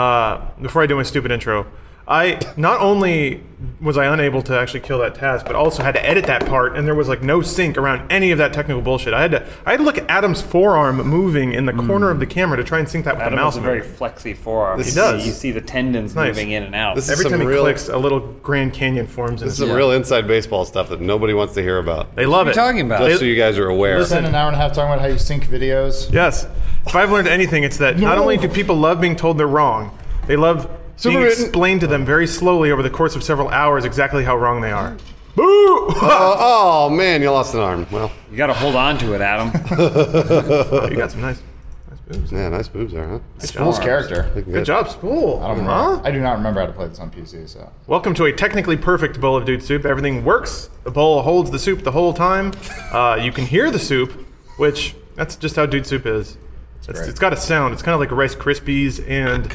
Uh, before I do my stupid intro, I not only was I unable to actually kill that task, but also had to edit that part, and there was like no sync around any of that technical bullshit. I had to I had to look at Adam's forearm moving in the corner of the camera to try and sync that with Adam the mouse. has a very movement. flexy forearm. He He does. You see the tendons nice. moving in and out. This is Every some time he real- clicks, a little Grand Canyon forms. In This is his some real inside baseball stuff that nobody wants to hear about. they love it. What are you talking about? Just so you guys are aware. Listen- Spend an hour and a half talking about how you sync videos. Yes. If I've learned anything, it's that not only do people love being told they're wrong, they love being Superman- explained to them very slowly over the course of several hours exactly how wrong they are. Boo! oh, oh, man, you lost an arm. Well, You got to hold on to it, Adam. you got some nice, nice boobs. yeah, nice boobs there, huh? Fool's character. Good job, Spool. I don't remember. Huh? I do not remember how to play this on PC, so. Welcome to a technically perfect bowl of dude soup. Everything works. The bowl holds the soup the whole time. Uh, you can hear the soup, which that's just how dude soup is. It's, great. it's got a sound. It's kind of like Rice Krispies and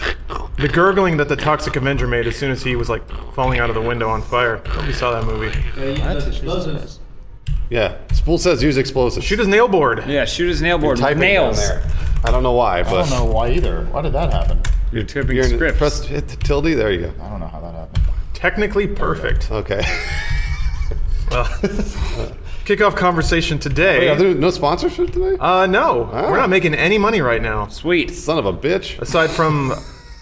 the gurgling that the Toxic Avenger made as soon as he was like falling out of the window on fire. Nobody saw that movie. Yeah. Spool says use explosives. Shoot his nail board. yeah, shoot his nail board. Typing with down Nails. there. I don't know why, I don't but know why either. Why did that happen? You're typing you're in- scripts. press hit the tilde. There you go. I don't know how that happened. Technically perfect. Okay. Kickoff conversation Wait, today. are there no sponsorship today? uh, no, we're not making any money right now. Sweet. Son of a bitch. aside from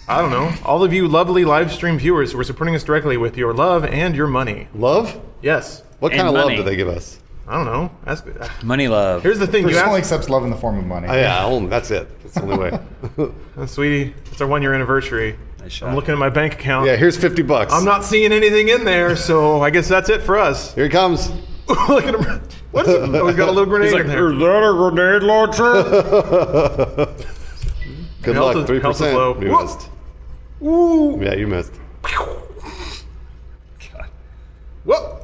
I don't know, all of you lovely live stream viewers who are supporting us directly with your love and your money. Love? Yes. What And kind of love money. do they give us? I don't know. Ask, uh, Money love. here's the thing, Bruce you only asked, accepts love in the form of money. Oh, yeah, I own- that's it. That's the only way. uh, sweetie. It's our one year anniversary. Nice shot. I'm looking at my bank account. yeah, here's 50 bucks. I'm not seeing anything in there, so I guess that's it for us. Here he comes. Look at him. What is it? Oh, he's got a little grenade He's like, in there. is that a grenade launcher? Good Health luck. is- health is 3%. low. You Whoa. missed. Ooh. Yeah, you missed. Whoa.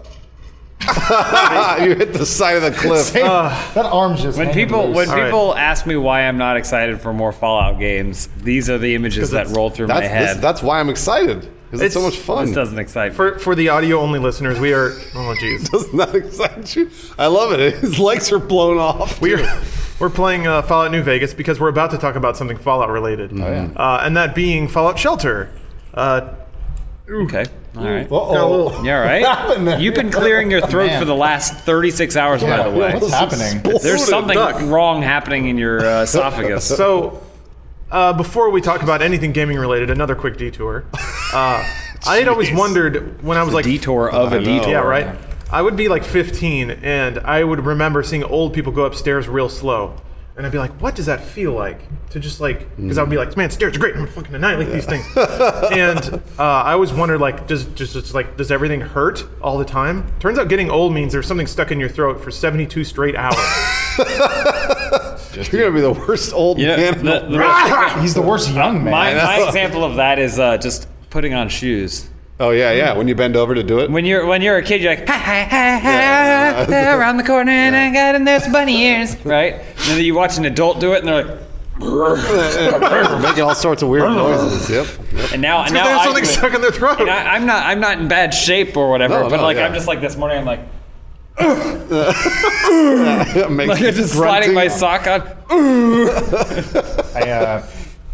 Ah, you hit the side of the cliff. Hey, that arm's just when hanging people loose. when All right. people ask me why I'm not excited for more Fallout games, these are the images that roll through my That's, head. this, that's why I'm excited. Because it's, so It's- much fun. this doesn't excite me. For, for the audio only listeners, we are. Oh, jeez. does not excite you. I love it. His legs are blown off. We're we're playing uh, Fallout New Vegas because we're about to talk about something Fallout related. uh, and that being Fallout Shelter. Uh, okay. All right. Uh-oh. You all happened right? there? You've been clearing your throat Man. for the last 36 hours, by the way. What's happening? There's something duck. wrong happening in your uh, esophagus. so uh, before we talk about anything gaming related, another quick detour. Uh, I had always wondered when I was like, detour of I a know. detour. yeah, Oh, right. I would be like 15, and I would remember seeing old people go upstairs real slow. And I'd be like, what does that feel like? To just like, because I'd be like, man, stairs are great. I'm gonna fucking annihilate these things. and uh, I always wondered, like, does just, just like, does everything hurt all the time? Turns out getting old means there's something stuck in your throat for 72 straight hours. You're gonna be the worst old You know, man. the- the- He's the worst young man. my, my example of that is uh, just putting on shoes. oh yeah, yeah. When you bend over to do it. When you're when you're a kid, you're like, hi, hi, hi, Yeah. hi, they're around the corner, and I got in those bunny ears, right? And then you watch an adult do it, and they're like, making all sorts of weird noises. Yep. yep. and now now there's I something do it. stuck in their throat. And I, I'm not I'm not in bad shape or whatever, No, but no, like yeah. I'm just like this morning, I'm like, Makes like I'm just sliding grunting. my sock on. I, uh,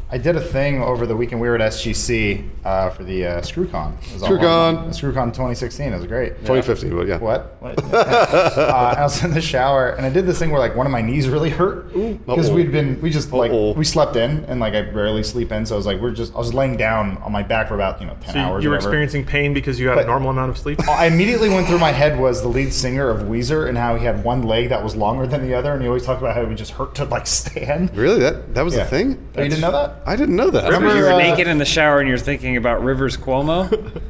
I did a thing over the weekend. We were at SGC uh, for the uh, ScrewCon. It was online. ScrewCon. ScrewCon 2016. It was great. 2015, but yeah. What? what? uh, I was in the shower and I did this thing where like one of my knees really hurt because Uh-oh. we'd been we just like Uh-oh. we slept in and like I barely sleep in, so I was like we're just I was laying down on my back for about you know ten So you- hours. you or were whatever. experiencing pain because you had a But- normal amount of sleep. I immediately went through my head was the lead singer of Weezer and how he had one leg that was longer than the other, and he always talked about how it would just hurt to like stand. Really? That that was Yeah. a thing? Oh, you didn't know that? I didn't know that. Remember- You were Uh, naked in the shower, and you're thinking about Rivers Cuomo.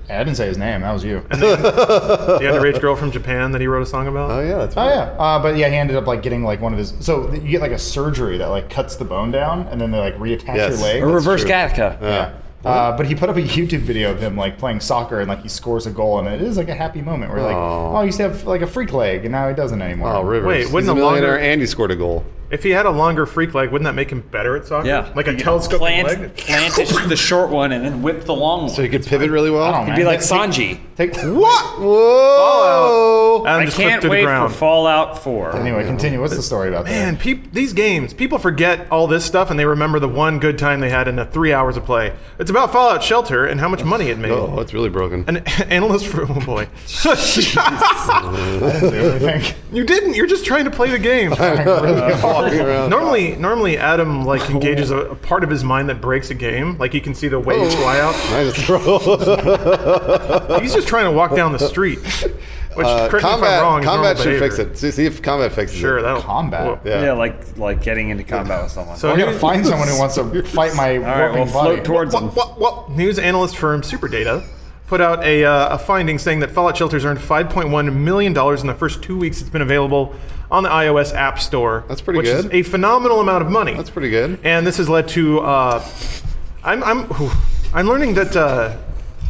I didn't say his name. That was you. the underage girl from Japan that he wrote a song about. Oh yeah, that's Oh right. yeah, uh, but yeah, he ended up like getting like one of his. So th- you get like a surgery that like cuts the bone down, and then they like reattach Yes. your leg. Or Reverse true. Gattaca. Yeah. Uh, but he put up a YouTube video of him like playing soccer and like he scores a goal and it is like a happy moment where like Aw. oh he used to have like a freak leg and now he doesn't anymore. Oh, Rivers. Wait, He's wouldn't a a millionaire longer- and he scored a goal. If he had a longer freak leg, wouldn't that make him better at soccer? Yeah. Like a You telescoping Plant, leg? plant it- the short one and then whip the long one. So he could pivot really well. I don't know, Be man. like Take- take- Sanji. Take, What? Whoa! Adam I just clipped can't to the wait for ground. Fallout 4. Anyway, continue. What's the story about that? Man, peop these games, people forget all this stuff and they remember the one good time they had in the three hours of play. It's about Fallout Shelter and how much money it made. Oh, it's really broken. An analyst for oh boy, Everything. you didn't. You're just trying to play the game. Walking around. Normally, normally Adam like engages a, a part of his mind that breaks a game. Like he can see the waves Oh. fly out. I just throw. He's just trying to walk down the street. Which, Oh. Uh, correct me if combat I'm wrong, is normal combat should fix behavior. it. See, see if combat fixes Sure, it. that'll Combat. Yeah. Yeah, like like getting into combat with someone. So I'm here, gonna find someone who wants to fight my All right, warping we'll body. float towards wha- them. wha- wha- news analyst firm SuperData put out a, uh, a finding saying that Fallout Shelter's earned 5.1 million dollars in the first two weeks it's been available on the iOS App Store. That's pretty which good. Is a phenomenal amount of money. That's pretty good. and this has led to uh, I'm I'm whew. I'm learning that uh,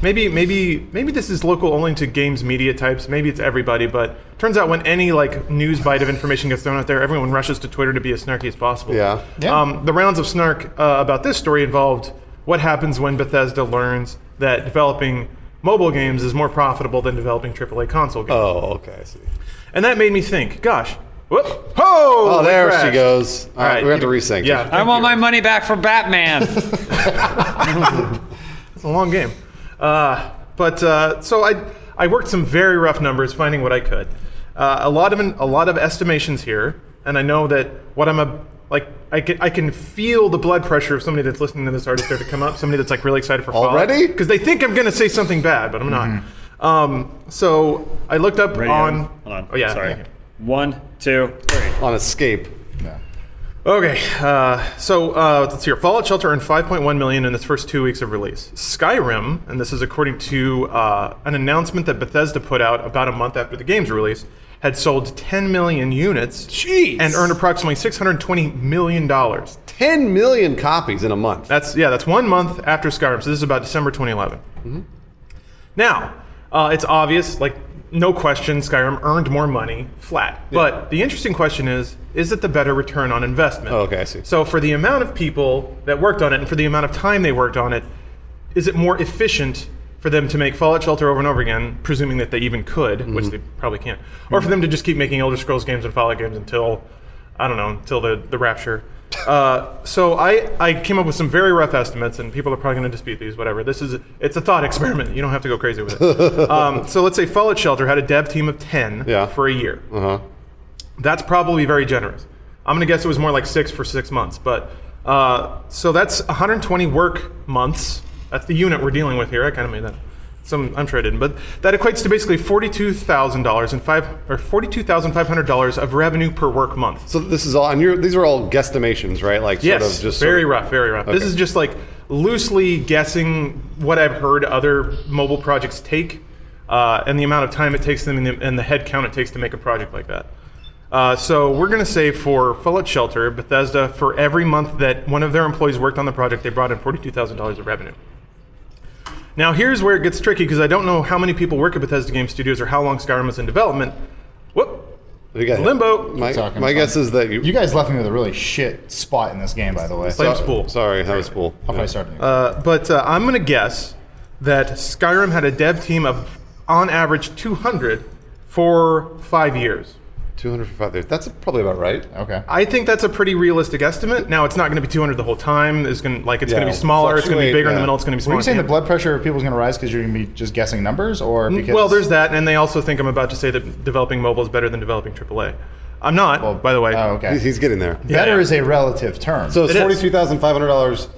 maybe maybe maybe this is local only to games media types. Maybe it's everybody, but turns out when any like news bite of information gets thrown out there, everyone rushes to Twitter to be as snarky as possible. Yeah. Yeah. Um, the rounds of snark uh, about this story involved what happens when Bethesda learns that developing mobile games is more profitable than developing AAA console games. Oh, okay. I see. And that made me think, gosh, whoop, ho! Oh, it there she crashed. goes. All right, right, we have to keep- resync. Yeah. I want my money back for Batman. It's a long game. Uh, but uh, so I, I worked some very rough numbers finding what I could. Uh, a lot of an, a lot of estimations here, and I know that what I'm a like I can I can feel the blood pressure of somebody that's listening to this artist there to come up, somebody that's like really excited for Already? because they think I'm going to say something bad, but I'm not. Um, so I looked up Ready, on, Adam? Hold on. oh yeah Sorry. One, two, three. on escape. Yeah. Okay, uh, so uh, let's hear. Fallout Shelter earned 5.1 million in its first two weeks of release. Skyrim, and this is according to uh, an announcement that Bethesda put out about a month after the game's release, had sold 10 million units Jeez. and earned approximately 620 million dollars. ten million copies in a month. That's yeah, that's one month after Skyrim. So this is about December 2011. Mm-hmm. Now, uh, it's obvious, like no question, Skyrim earned more money, flat. But the interesting question is, is it the better return on investment? Oh, okay, I see. So for the amount of people that worked on it and for the amount of time they worked on it, is it more efficient for them to make Fallout Shelter over and over again, presuming that they even could, which they probably can't, or for them to just keep making Elder Scrolls games and Fallout games until, I don't know, until the, the rapture? Uh, so I, I came up with some very rough estimates, and people are probably going to dispute these. Whatever. This is it's a thought experiment. You don't have to go crazy with it. um, so let's say Fallout Shelter had a dev team of ten Yeah. for a year. Uh huh. That's probably very generous. I'm going to guess it was more like six for six months. But uh, so that's 120 work months. That's the unit we're dealing with here. I kind of made that. Some I'm sure I didn't, but that equates to basically forty-two thousand dollars and five or forty-two thousand five hundred dollars of revenue per work month. So this is all, and you're, these are all guesstimations, right? Like yes, sort of just very sort of- rough, very rough. This Okay. is just like loosely guessing what I've heard other mobile projects take, uh, and the amount of time it takes them, and the, and the head count it takes to make a project like that. Uh, so we're going to say for Fallout Shelter, Bethesda, for every month that one of their employees worked on the project, they brought in forty-two thousand dollars of revenue. Now here's where it gets tricky because I don't know how many people work at Bethesda Game Studios or how long Skyrim is in development. Whoop. We got it. Limbo. My, talking, my son. guess is that you. You guys left me with a really shit spot in this game, by the way. Play- So James Pool. Sorry, that was pool. I'll probably start a new. Uh, but uh, I'm going to guess that Skyrim had a dev team of, on average, 200 for five years. Two hundred for five years. That's probably about right. okay. I think that's a pretty realistic estimate. Now, it's not going to be 200 the whole time. It's going to like it's Yeah, going to be smaller. It's going to be fluctuate, bigger in the yeah. middle. It's going to be Were smaller. you saying at the the end. blood pressure of people is going to rise because you're going to be just guessing numbers, or because Well, there's that, and they also think I'm about to say that developing mobile is better than developing AAA. I'm not, by the way. Oh, He's, okay. he's getting there. Better yeah. is a relative term. So it's It is. forty-two thousand five hundred dollars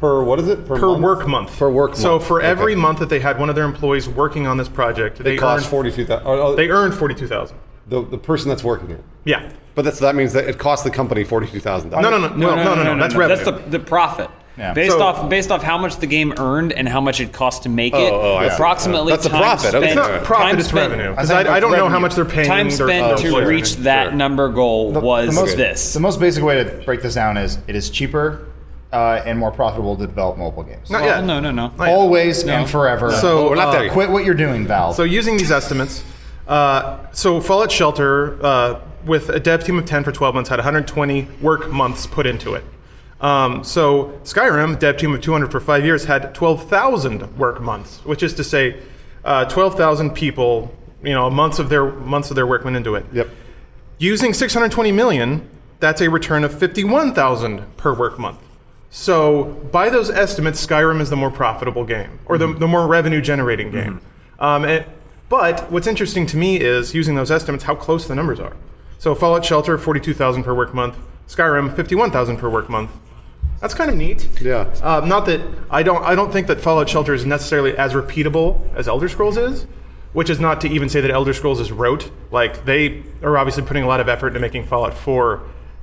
per. What is it per, Per month? work month. Per work. So month. for Okay. every month that they had one of their employees working on this project, they, it costs earned forty-two thousand. Oh, They earned 42,000. the, the person that's working it. Yeah. But that's that means that it costs the company forty-two thousand dollars. No, no, no, no, no, no, no, That's revenue. That's the, the profit. Yeah. Based So- off based off how much the game earned and how much it cost to make it, oh, I see. approximately That's a time profit. spent- Okay. It's not time profit, it's spent- revenue. I Because I, think I, don't it's know how revenue. much they're paying. Time their spent to employees. reach that Sure. number goal was the most- this. The most basic way to break this down is it is cheaper uh, and more profitable to develop mobile games. Not well, yet. no, no, no. Not yet. Always and forever. So, Oh, we're not uh, there yet. quit what you're doing, Valve. So using these estimates, uh, so Fallout Shelter, uh, with a dev team of 10 for 12 months, had 120 work months put into it. Um, so Skyrim, dev team of 200 for five years, had 12,000 work months, which is to say, uh, 12,000 people, you know, months of their months of their work went into it. Yep. Using 620 million, that's a return of 51,000 per work month. So, by those estimates, Skyrim is the more profitable game, or the, the more revenue generating game. Um, and- but what's interesting to me is using those estimates, how close the numbers are. So, Fallout Shelter, 42,000 per work month, Skyrim, 51,000 per work month. That's kind of neat. Yeah. Uh, not that I don't. I don't think that Fallout Shelter is necessarily as repeatable as Elder Scrolls is, which is not to even say that Elder Scrolls is rote. Like they are obviously putting a lot of effort into making Fallout 4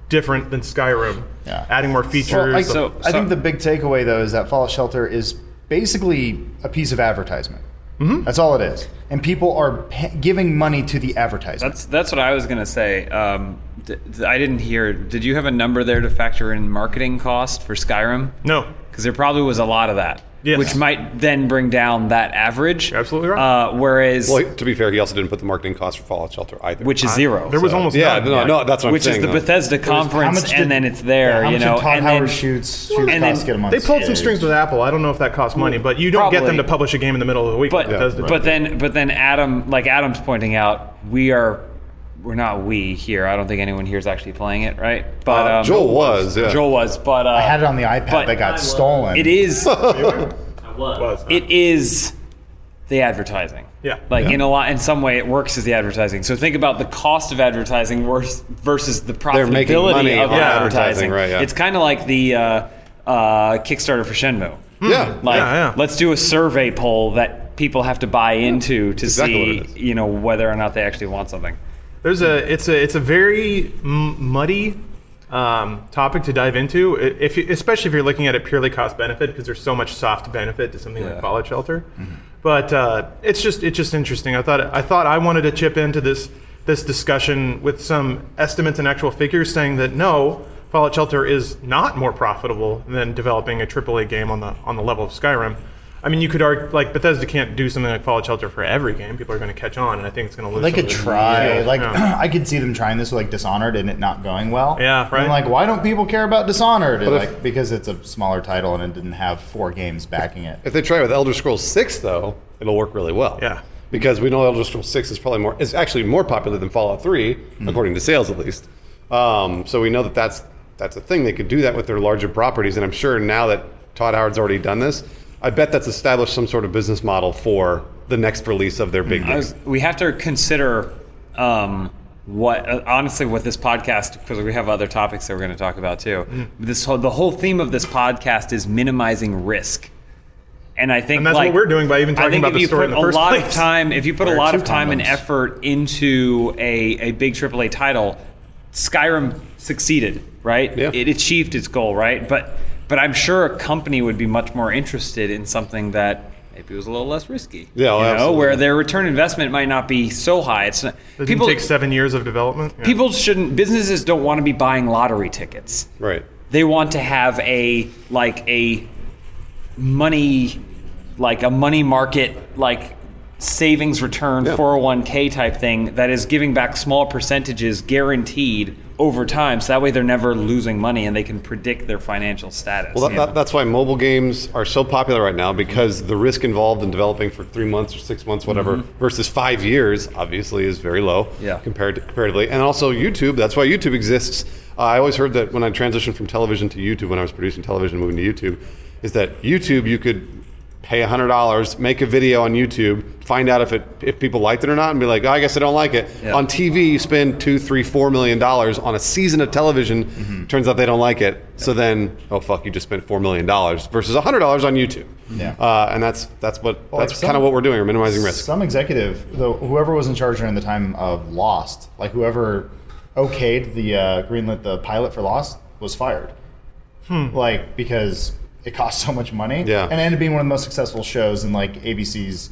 different than Skyrim, Yeah. adding more features. Well, I, So- I so- think the big takeaway though is that Fallout Shelter is basically a piece of advertisement. Mm-hmm. That's all it is, and people are pa giving money to the advertisement. That's that's what I was gonna say. Um, d- d- I didn't hear. Did you have a number there to factor in marketing cost for Skyrim? no, because there probably was a lot of that, Yes. which might then bring down that average. You're absolutely right. Uh, whereas, Well, to be fair, he also didn't put the marketing cost for Fallout Shelter either. which is zero. there was So- almost yeah, none. no, no, that's what which I'm is saying. the though. Bethesda How conference, much did- and then it's there. yeah, how you much know, did Todd and Howard then shoots, shoots and cost then get him on They pulled some stage? strings with Apple. I don't know if that costs money, but you don't get them Probably. to publish a game in the middle of the week. But like Bethesda. but then but then Adam like Adam's pointing out we are we're not we here. I don't think anyone here is actually playing it, right? But Uh, um, Joel was. Yeah. Joel was, but uh, I had it on the iPad But- that got stolen. it is I was. was, it is the advertising. Yeah. Like Yeah. in a lot in some way it works as the advertising. So think about the cost of advertising vers- versus the profitability making money of on the advertising, advertising. right, yeah. It's kind of like the uh, uh, Kickstarter for Shenmue. yeah. Hmm. Like, Yeah, yeah. let's do a survey poll that people have to buy into to exactly what it is. see, you know, whether or not they actually want something. There's a it's a it's a very m- muddy um, topic to dive into, i- if you, especially if you're looking at it purely cost benefit, because there's so much soft benefit to something Yeah. like Fallout Shelter. But uh, it's just it's just interesting. I thought I thought I wanted to chip into this this discussion with some estimates and actual figures, saying that no, Fallout Shelter is not more profitable than developing a AAA game on the on the level of Skyrim. I mean, you could argue like Bethesda can't do something like Fallout Shelter for every game. People are going to catch on, and I think it's going to lose. They some could of the- try. Yeah. Like Yeah. I could see them trying this with like Dishonored and it not going well. Yeah, right. And like, why don't people care about Dishonored? And, But if- like because it's a smaller title and it didn't have four games backing it. If they try it with Elder Scrolls Six, though, it'll work really well. Yeah. Because we know Elder Scrolls Six is probably more is actually more popular than Fallout Three, according to sales at least. Um, so we know that that's that's a thing. They could do that with their larger properties, and I'm sure now that Todd Howard's already done this, I bet that's established some sort of business model for the next release of their big game. I was- we have to consider um, what uh, honestly what this podcast because we have other topics that we're going to talk about too. Mm-hmm. This whole, the whole theme of this podcast is minimizing risk. And I think And that's like, what we're doing by even I talking think about if the you story in put the a first lot of place. time, if you put a There are lot two of time and condoms. effort into a, a big AAA title, Skyrim succeeded, right? Yeah. It achieved its goal, right? But but I'm sure a company would be much more interested in something that maybe was a little less risky. Yeah, oh, well, you know, absolutely. where their return investment might not be so high. It's not, It people people take seven years of development. Yeah. people shouldn't businesses don't want to be buying lottery tickets. right. They want to have a like a money like a money market like savings return Yeah. 401k type thing that is giving back small percentages guaranteed over time so that way they're never losing money and they can predict their financial status. Well, that, you know? that, that's why mobile games are so popular right now because the risk involved in developing for three months or six months, whatever, versus five years, obviously, is very low Mm-hmm. Yeah. compared comparatively. And also YouTube. That's why YouTube exists. Uh, I always heard that when I transitioned from television to YouTube, when I was producing television, moving to YouTube, is that YouTube you could pay hundred dollars, make a video on YouTube, find out if it if people liked it or not, and be like, oh, I guess I don't like it. Yeah. On TV, you spend two, three, four million dollars on a season of television. Mm-hmm. Turns out they don't like it. So then, oh fuck, you just spent four million dollars versus hundred dollars on YouTube. Yeah. uh, and that's that's what Well, that's like some- kind of what we're doing. We're minimizing risk. Some executive, though, whoever was in charge during the time of Lost, like whoever okayed the uh, greenlit the pilot for Lost, was fired. Hmm. Like because it cost so much money, Yeah. and it ended up being one of the most successful shows in like ABC's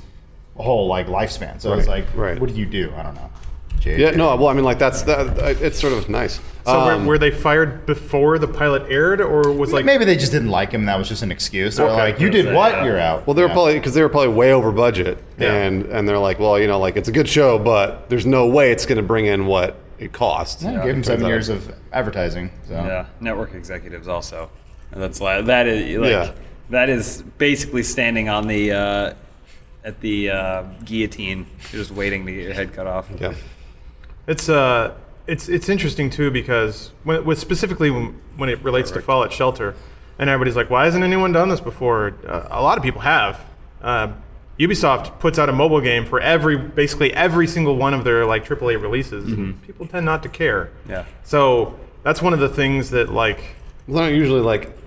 whole like lifespan. So it's Right, like, right. what do you do? I don't know. Jade. yeah, no, well, I mean, like that's that. It's sort of nice. So Um, were, were they fired before the pilot aired, or was like maybe they just didn't like him. That was just an excuse. They're Okay. like, you did what? You're out. Well, they were Yeah. probably because they were probably way over budget, Yeah. and and they're like, well, you know, like it's a good show, but there's no way it's going to bring in what it costs. Yeah, gave him Turns seven out- years of advertising. So. Yeah, network executives also. And that's li- that is like Yeah. that is basically standing on the uh, at the uh, guillotine, You're just waiting to get your head cut off. Yeah. It's uh, it's it's interesting too because when, with specifically when, when it relates to Fallout Shelter, and everybody's like, why hasn't anyone done this before? Uh, a lot of people have. Uh, Ubisoft puts out a mobile game for every basically every single one of their like AAA releases. and People tend not to care. Yeah. So that's one of the things that like Well, they're not usually like.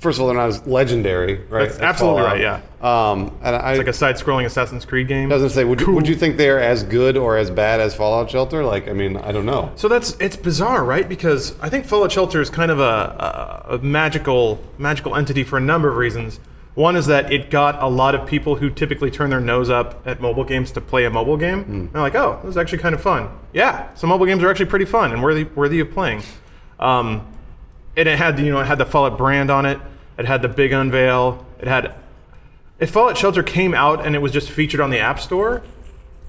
First of all, they're not as legendary, right? That's as absolutely Fallout. right, Um, and I like a side-scrolling Assassin's Creed game. doesn't say. Would, you would you think they're as good or as bad as Fallout Shelter? Like, I mean, I don't know. So that's it's bizarre, right? Because I think Fallout Shelter is kind of a, a, a magical magical entity for a number of reasons. One is that it got a lot of people who typically turn their nose up at mobile games to play a mobile game. And They're like, "Oh, this is actually kind of fun." Yeah, some mobile games are actually pretty fun and worthy worthy of playing. Um, and it had the- you know it had the Fallout brand on it. It had the big unveil. It had if Fallout Shelter came out and it was just featured on the App Store,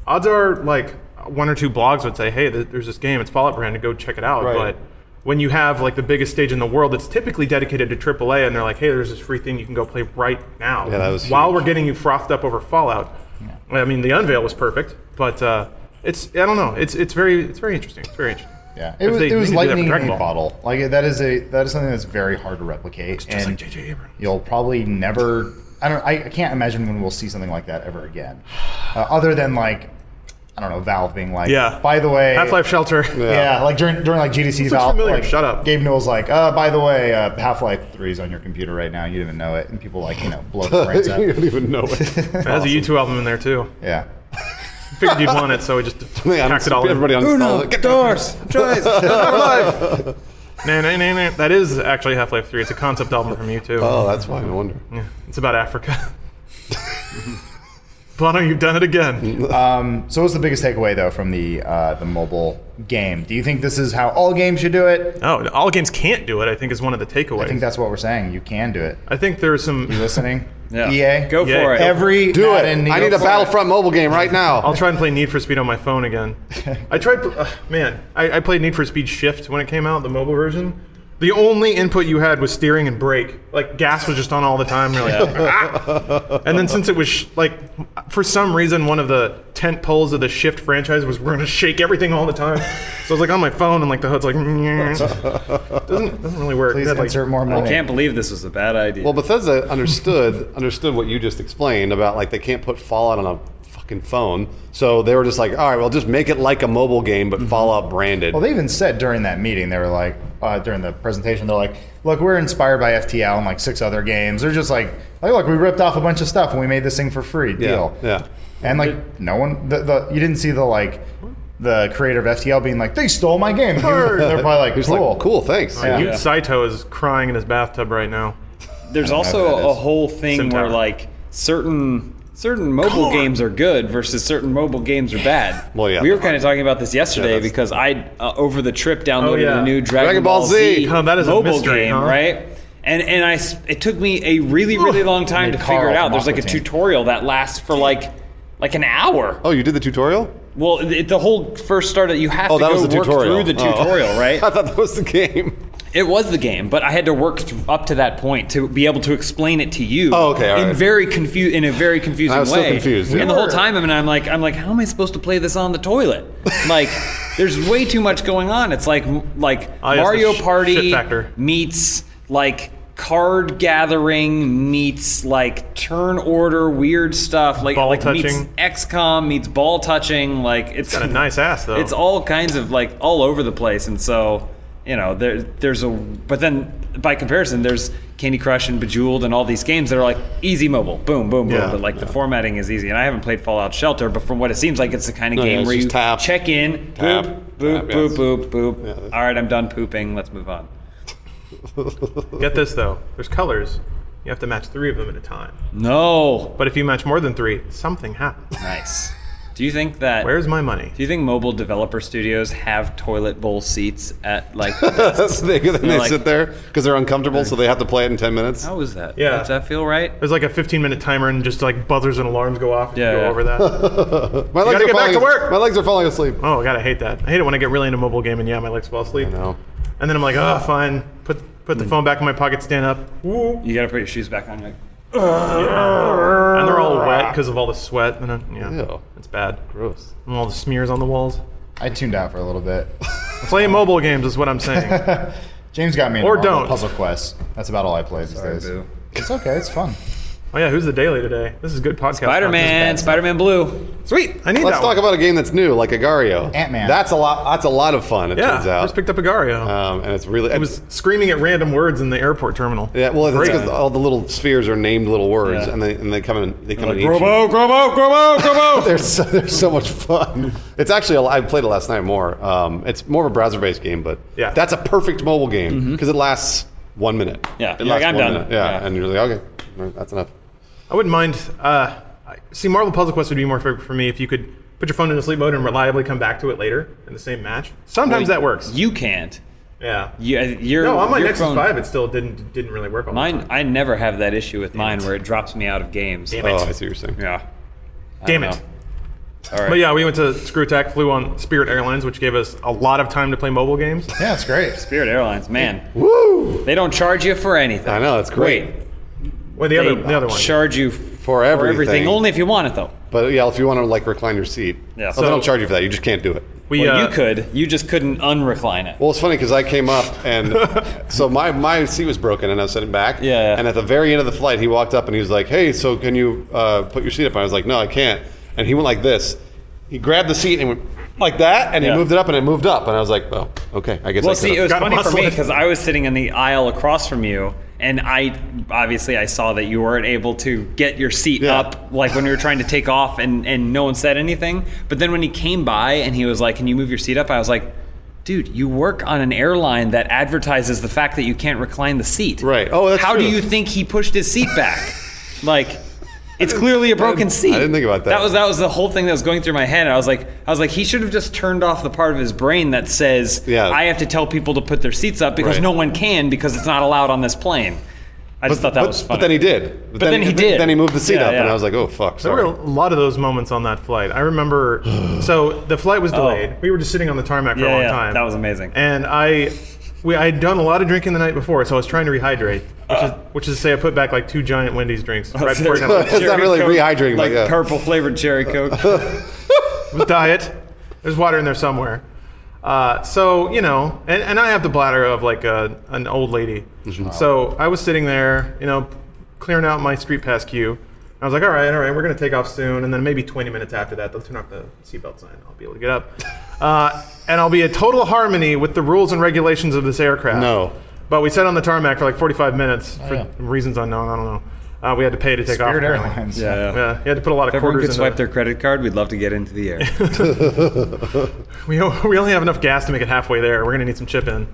odds are like one or two blogs would say, "Hey, th- there's this game. It's Fallout brand. Go check it out." Right. But when you have like the biggest stage in the world that's typically dedicated to AAA, and they're like, "Hey, there's this free thing you can go play right now," Yeah, that was while huge. we're getting you frothed up over Fallout. I mean, the unveil was perfect, but uh, it's I don't know. It's it's very it's very interesting. It's very interesting. Yeah, it If was, they- it was they could do that for lightning Dragon in a Ball. bottle. Like that is a that is something that's very hard to replicate. Just and like J.J. Abrams. you'll probably never. I don't. I, I can't imagine when we'll see something like that ever again. Uh, other than like, I don't know, Valve being like, Yeah. By the way, Half Life Shelter. Yeah, like during during like GDC looks Valve. familiar. Like, Shut up. Gabe Newell's like, uh, by the way, uh, Half Life Three is on your computer right now. You didn't even know it, and people like you know blow you their brains out. don't even know it. It has a U2 album in there too. Yeah. Figured you'd want it, so we just packed it all in. Everybody on Get doors, joys, Nah, nah, nah, nah. That is actually Half Life 3. It's a concept album from U2. Oh, that's why. No wonder. Yeah, it's about Africa. Bono, you've done it again. Um, so what's the biggest takeaway though from the uh, the mobile game? Do you think this is how all games should do it? Oh, all games can't do it, I think, is one of the takeaways. I think that's what we're saying. You can do it. there's some. You listening? Yeah. EA, Go Yeah, for it. E Every Do it. Madden I need a needles- Battlefront mobile game right I'll now. try and play Need for Speed on my phone again. I tried. pl- Uh, man, I, I played Need for Speed Shift when it came out, the mobile version. The only input you had was steering and brake. Like, gas was just on all the time. You're like, "Ah." And then since it was, sh- like, for some reason, one of the tent poles of the Shift franchise was we're going to shake everything all the time. So I was, like, on my phone, and, like, the HUD's like, doesn't, doesn't really work. It Please had, like, insert more money. I can't believe this was a bad idea. Well, Bethesda understood understood what you just explained about like they can't put Fallout on a fucking phone, so they were just like, all right, well, just make it like a mobile game, Mm-hmm. but Fallout branded. Well, they even said during that meeting, they were like, uh, during the presentation, they're like, look, we're inspired by FTL and like six other games. They're just like, like, look, we ripped off a bunch of stuff and we made this thing for free. Deal. yeah. And like, no one, the, the you didn't see the like, the creator of FTL being like, they stole my game. He- they're probably like, He's cool, like, cool, thanks. Yeah. Dude, Saito is crying in his bathtub right now. There's know who that also a is. whole thing Simtower. where like certain certain mobile games are good versus certain mobile games are bad. Well, yeah. We were kind of talking about this yesterday that's- because I uh, over the trip downloaded Oh, yeah. a new Dragon, Dragon Ball Ball, Z. Z, Huh, that is a mobile mystery, game, huh? right? And and I s- it took me a really really long time Made to figure Carl it out. from There's like a Aqua Teen. tutorial that lasts for like like an hour. Oh, you did the tutorial? Well, it, the whole first start that you have Oh, to that go was the work tutorial. through the Oh. tutorial, right? I thought that was the game. It was the game, but I had to work th- up to that point to be able to explain it to you. Oh, okay, all in right. very confu- in a very confusing I was still way. confused, yeah. And the whole time, I mean, I'm like, I'm like, how am I supposed to play this on the toilet? Like, there's way too much going on. It's like like Oh, yes, the Mario sh- shit Party factor. meets like card gathering meets like turn order weird stuff like Ball like meets touching. XCOM meets ball touching like it's Got a nice ass though. it's all kinds of like all over the place and so you know there there's a but then by comparison there's candy crush and bejeweled and all these games that are like easy mobile boom boom boom Yeah, but like the yeah. formatting is easy and i haven't played fallout shelter but from what it seems like it's the kind of No, yeah, game it's where just you tap, check in tap, boop boop tap, yeah, boop it's- boop boop yeah, that's- all right i'm done pooping let's move on Get this though. There's colors. You have to match three of them at a time. no But if you match more than three, something happens. nice do Do you think that? Where's my money? Do you think mobile developer studios have toilet bowl seats at like? That's the thing. And then they like- sit there because they're uncomfortable, so they have to play it in 10 minutes. how is that? Yeah. Does that feel right? There's like a 15 minute timer and just like buzzers and alarms go off. if you Yeah, go yeah. over that. My legs gotta are get back falling to as- work. My legs are falling asleep. oh god, I hate that. I hate it when I get really into a mobile game and yeah, my legs fall asleep. No. And then I'm like, oh, fine. Put put Hmm. the phone back in my pocket, stand up, Woo. You got to put your shoes back on. Like, and they're all wet because of all the sweat. And I'm, yeah, Ew. it's bad. Gross. And all the smears on the walls. I tuned out for a little bit. Play mobile games is what I'm saying. James got me into Or Marvel don't. puzzle quests. That's about all I play these days. It's okay. It's fun. oh yeah, who's the daily today? This is good podcast. Spider Man, Spider Man Blue. Sweet. I need Let's that. talk about a game that's new, like Agario. Ant-Man. That's a lot. That's a lot of fun. It yeah, turns I out. just picked up Agario. um, and it's really. it was screaming at random words in the airport terminal. Yeah, well, it's Great. because all the little spheres are named little words, Yeah. and they and they come in. They come Like, in. each- Grobo, Grobo, Grobo, Grobo. They're so, they're so much fun. It's actually a, I played it last night more. Um, it's more of a browser based game, but Yeah. that's a perfect mobile game because it lasts one minute. Mm-hmm. Yeah, it you're like, lasts I'm one done. minute. Yeah, Yeah. and you're like, okay, that's enough. I wouldn't mind. Uh, I- see, Marvel Puzzle Quest would be more favorite for me if you could put your phone into sleep mode and reliably come back to it later in the same match. Sometimes that works. You can't. Yeah. You, you're, no, on my your Nexus phone, Five, it still didn't didn't really work. On Mine, I never have that issue with mine where it drops me out of games. Damn Oh, it. I see what you're saying. Yeah. I Damn don't it. know. All right. But yeah, we went to ScrewTech, flew on Spirit Airlines, which gave us a lot of time to play mobile games. Yeah, it's great. Spirit Airlines, man, Woo! they don't charge you for anything. I know it's great, Wait, Well, the they other the other one. charge you for for everything. everything. only if you want it though. But yeah, if you want to like recline your seat, Yeah. Well, they So- don't charge you for that. You just can't do it. We Well, uh, you could, you just couldn't unrecline it. Well, it's funny because I came up and so my, my seat was broken and I was sitting back. Yeah, yeah. And at the very end of the flight, he walked up and he was like, "Hey, so can you uh, put your seat up?" And I was like, "No, I can't." And he went like this. He grabbed the seat and went like that, and Yeah. he moved it up and it moved up. And I was like, "Well, okay, I guess." I Well, see, could've." it was Gotta funny for muscle me it. because I was sitting in the aisle across from you, and I obviously I saw that you weren't able to get your seat Yeah. up like when we were trying to take off, and and no one said anything. But then when he came by and he was like, "Can you move your seat up?" I was like. Dude, you work on an airline that advertises the fact that you can't recline the seat. Right. Oh, that's How true. do you think he pushed his seat back? like, it's clearly a broken didn't- seat. I didn't think about that. That was that was the whole thing that was going through my head. I was like, I was like, he should have just turned off the part of his brain that says, Yeah. I have to tell people to put their seats up because Right. no one can because it's not allowed on this plane. I just thought that but, was funny. but then he did. But, then he did. Then he moved the seat Yeah, up, and yeah. I was like, "Oh fuck!" There Sorry. were a lot of those moments on that flight. I remember. so the flight was delayed. We were just sitting on the tarmac for Oh. a Yeah, long yeah, time. that was amazing. And I, we, I had done a lot of drinking the night before, so I was trying to rehydrate, which, is, which is to say, I put back like two giant Wendy's drinks right before I left. It's not really Coke, rehydrating, but like yeah. purple flavored cherry coke. with diet. There's water in there somewhere. Uh, so you know, and, and I have the bladder of like a, an old lady. So I was sitting there, you know, clearing out my street pass queue. I was like, all right, all right, we're gonna take off soon, and then maybe 20 minutes after that, they'll turn off the seatbelt sign. I'll be able to get up, uh, and I'll be in total harmony with the rules and regulations of this aircraft. No. But we sat on the tarmac for like 45 minutes for Oh, yeah. reasons unknown. I don't know. Uh, we had to pay to take off. Spirit apparently. Airlines. yeah, yeah. Yeah, you had to put a lot of Everyone quarters could in swipe the- their credit card. We'd love to get into the air. We, we only have enough gas to make it halfway there. We're going to need some chip in.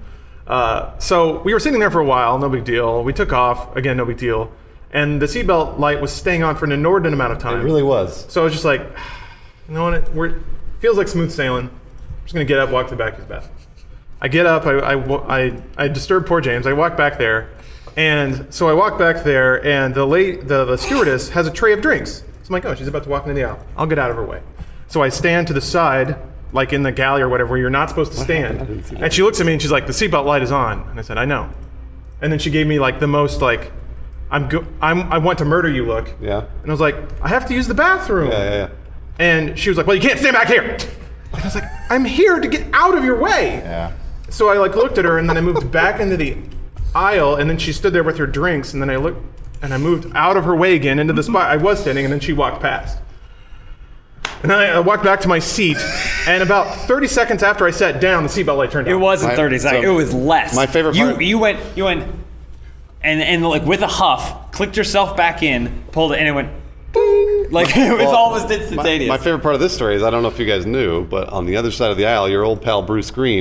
Uh, so we were sitting there for a while, no big deal. We took off, again, no big deal. And the seatbelt light was staying on for an inordinate amount of time. It really was. So I was just like, you know what? It we're, feels like smooth sailing. I'm just going to get up, walk to the back of his bathroom. I get up, I, I, wa- I, I disturb poor James. I walk back there. And so I walk back there, and the, la- the, the stewardess has a tray of drinks. So I'm like, oh, she's about to walk into the aisle. I'll get out of her way. So I stand to the side, like in the galley or whatever, where you're not supposed to stand. happened? I didn't see that. And she looks at me and she's like, the seatbelt light is on. And I said, I know. And then she gave me like the most like, I'm go- I'm, I want to murder you look. Yeah. And I was like, I have to use the bathroom. Yeah, yeah, yeah. And she was like, Well, you can't stand back here. And I was like, I'm here to get out of your way. Yeah. So I like looked at her, and then I moved back into the aisle, and then she stood there with her drinks, and then I looked, and I moved out of her way again into the spot I was standing, and then she walked past. And I, I walked back to my seat, and about 30 seconds after I sat down, the seatbelt light turned on. It wasn't My- 30 seconds. so- it was less. my favorite you, part- You went, you went, and, and like with a huff, clicked yourself back in, pulled it, and it went, boom. Like it was Well, almost my- instantaneous. My, favorite part of this story is I don't know if you guys knew, but on the other side of the aisle, your old pal Bruce Green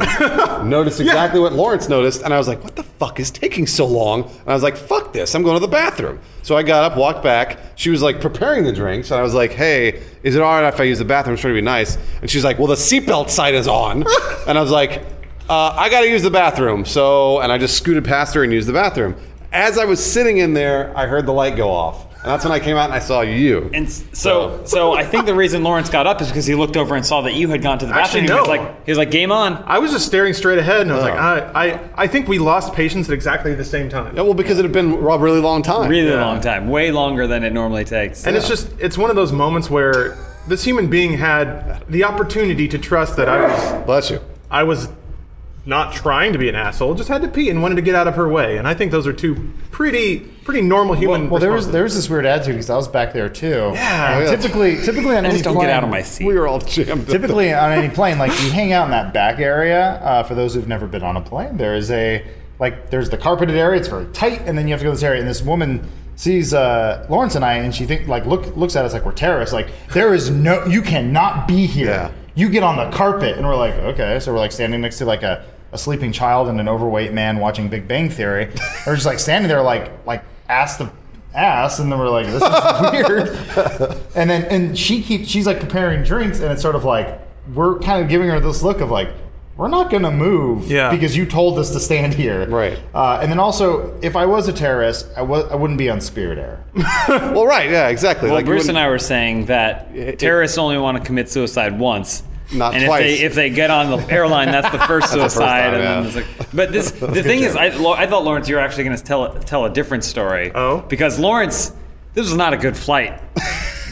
noticed exactly what Lawrence noticed, and I was like, "What the fuck is taking so long?" And I was like, "Fuck this! I'm going to the bathroom." So I got up, walked back. She was like preparing the drinks, and I was like, "Hey, is it all right if I use the bathroom? I'm trying to be nice." And she's like, "Well, the seatbelt sign is on," and I was like. Uh, I gotta use the bathroom, so and I just scooted past her and used the bathroom. As I was sitting in there, I heard the light go off, and that's when I came out and I saw you. And s- so, so I think the reason Lawrence got up is because he looked over and saw that you had gone to the bathroom. Actually, and he was no. like, he was like, game on. I was just staring straight ahead, and I was like, Oh. I, I, I think we lost patience at exactly the same time. Yeah, well, because it had been a really long time. Really long time, way longer than it normally takes. And it's just, it's one of those moments where this human being had the opportunity to trust that I was, Bless you. I was not trying to be an asshole, just had to pee and wanted to get out of her way. And I think those are two pretty, pretty normal human. Well, there was responses. there was this weird attitude because I was back there too. Yeah. And Typically, typically on I any just don't get plane- out of my seat. We were all jammed. Typically on any plane, like you hang out in that back area. Uh, for those who've never been on a plane, there is a like there's the carpeted area. It's very tight, and then you have to go to this area. And this woman sees uh, Lawrence and I, and she think like look looks at us like we're terrorists. Like there is no, you cannot be here. Yeah. You get on the carpet, and we're like okay. So we're like standing next to like a, a sleeping child and an overweight man watching Big Bang Theory. we're just like standing there like like ass the ass, and then we're like this is weird. And then and she keeps she's like preparing drinks and it's sort of like we're kind of giving her this look of like we're not gonna move Yeah. because you told us to stand here Right. uh, and then also if I was a terrorist I was I wouldn't be on Spirit Air well, right. Yeah, exactly. Well, like you Bruce and wouldn't- I were saying that terrorists only want to commit suicide once. Not and twice. If they, if they get on the airline, that's the first suicide. time, and then yeah. it's like, but this, the thing is, I, Lo- I thought Lawrence, you were actually going to tell tell a different story. Oh? because Lawrence, this was not a good flight.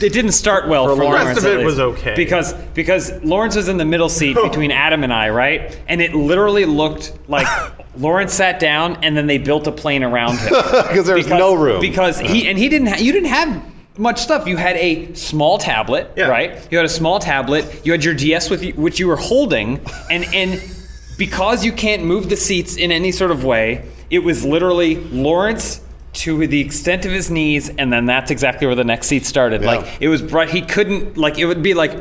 It didn't start well for, For Lawrence. Lawrence. The rest of at it least. was okay. because because Lawrence was in the middle seat between Adam and I, right? And it literally looked like Lawrence sat down, and then they built a plane around him because there was because- no room. because he and he didn't ha- you didn't have much stuff you had a small tablet Yeah. right you had a small tablet you had your ds with you, which you were holding and and because you can't move the seats in any sort of way it was literally lawrence to the extent of his knees and then that's exactly where the next seat started Yeah. like it was bright he couldn't like it would be like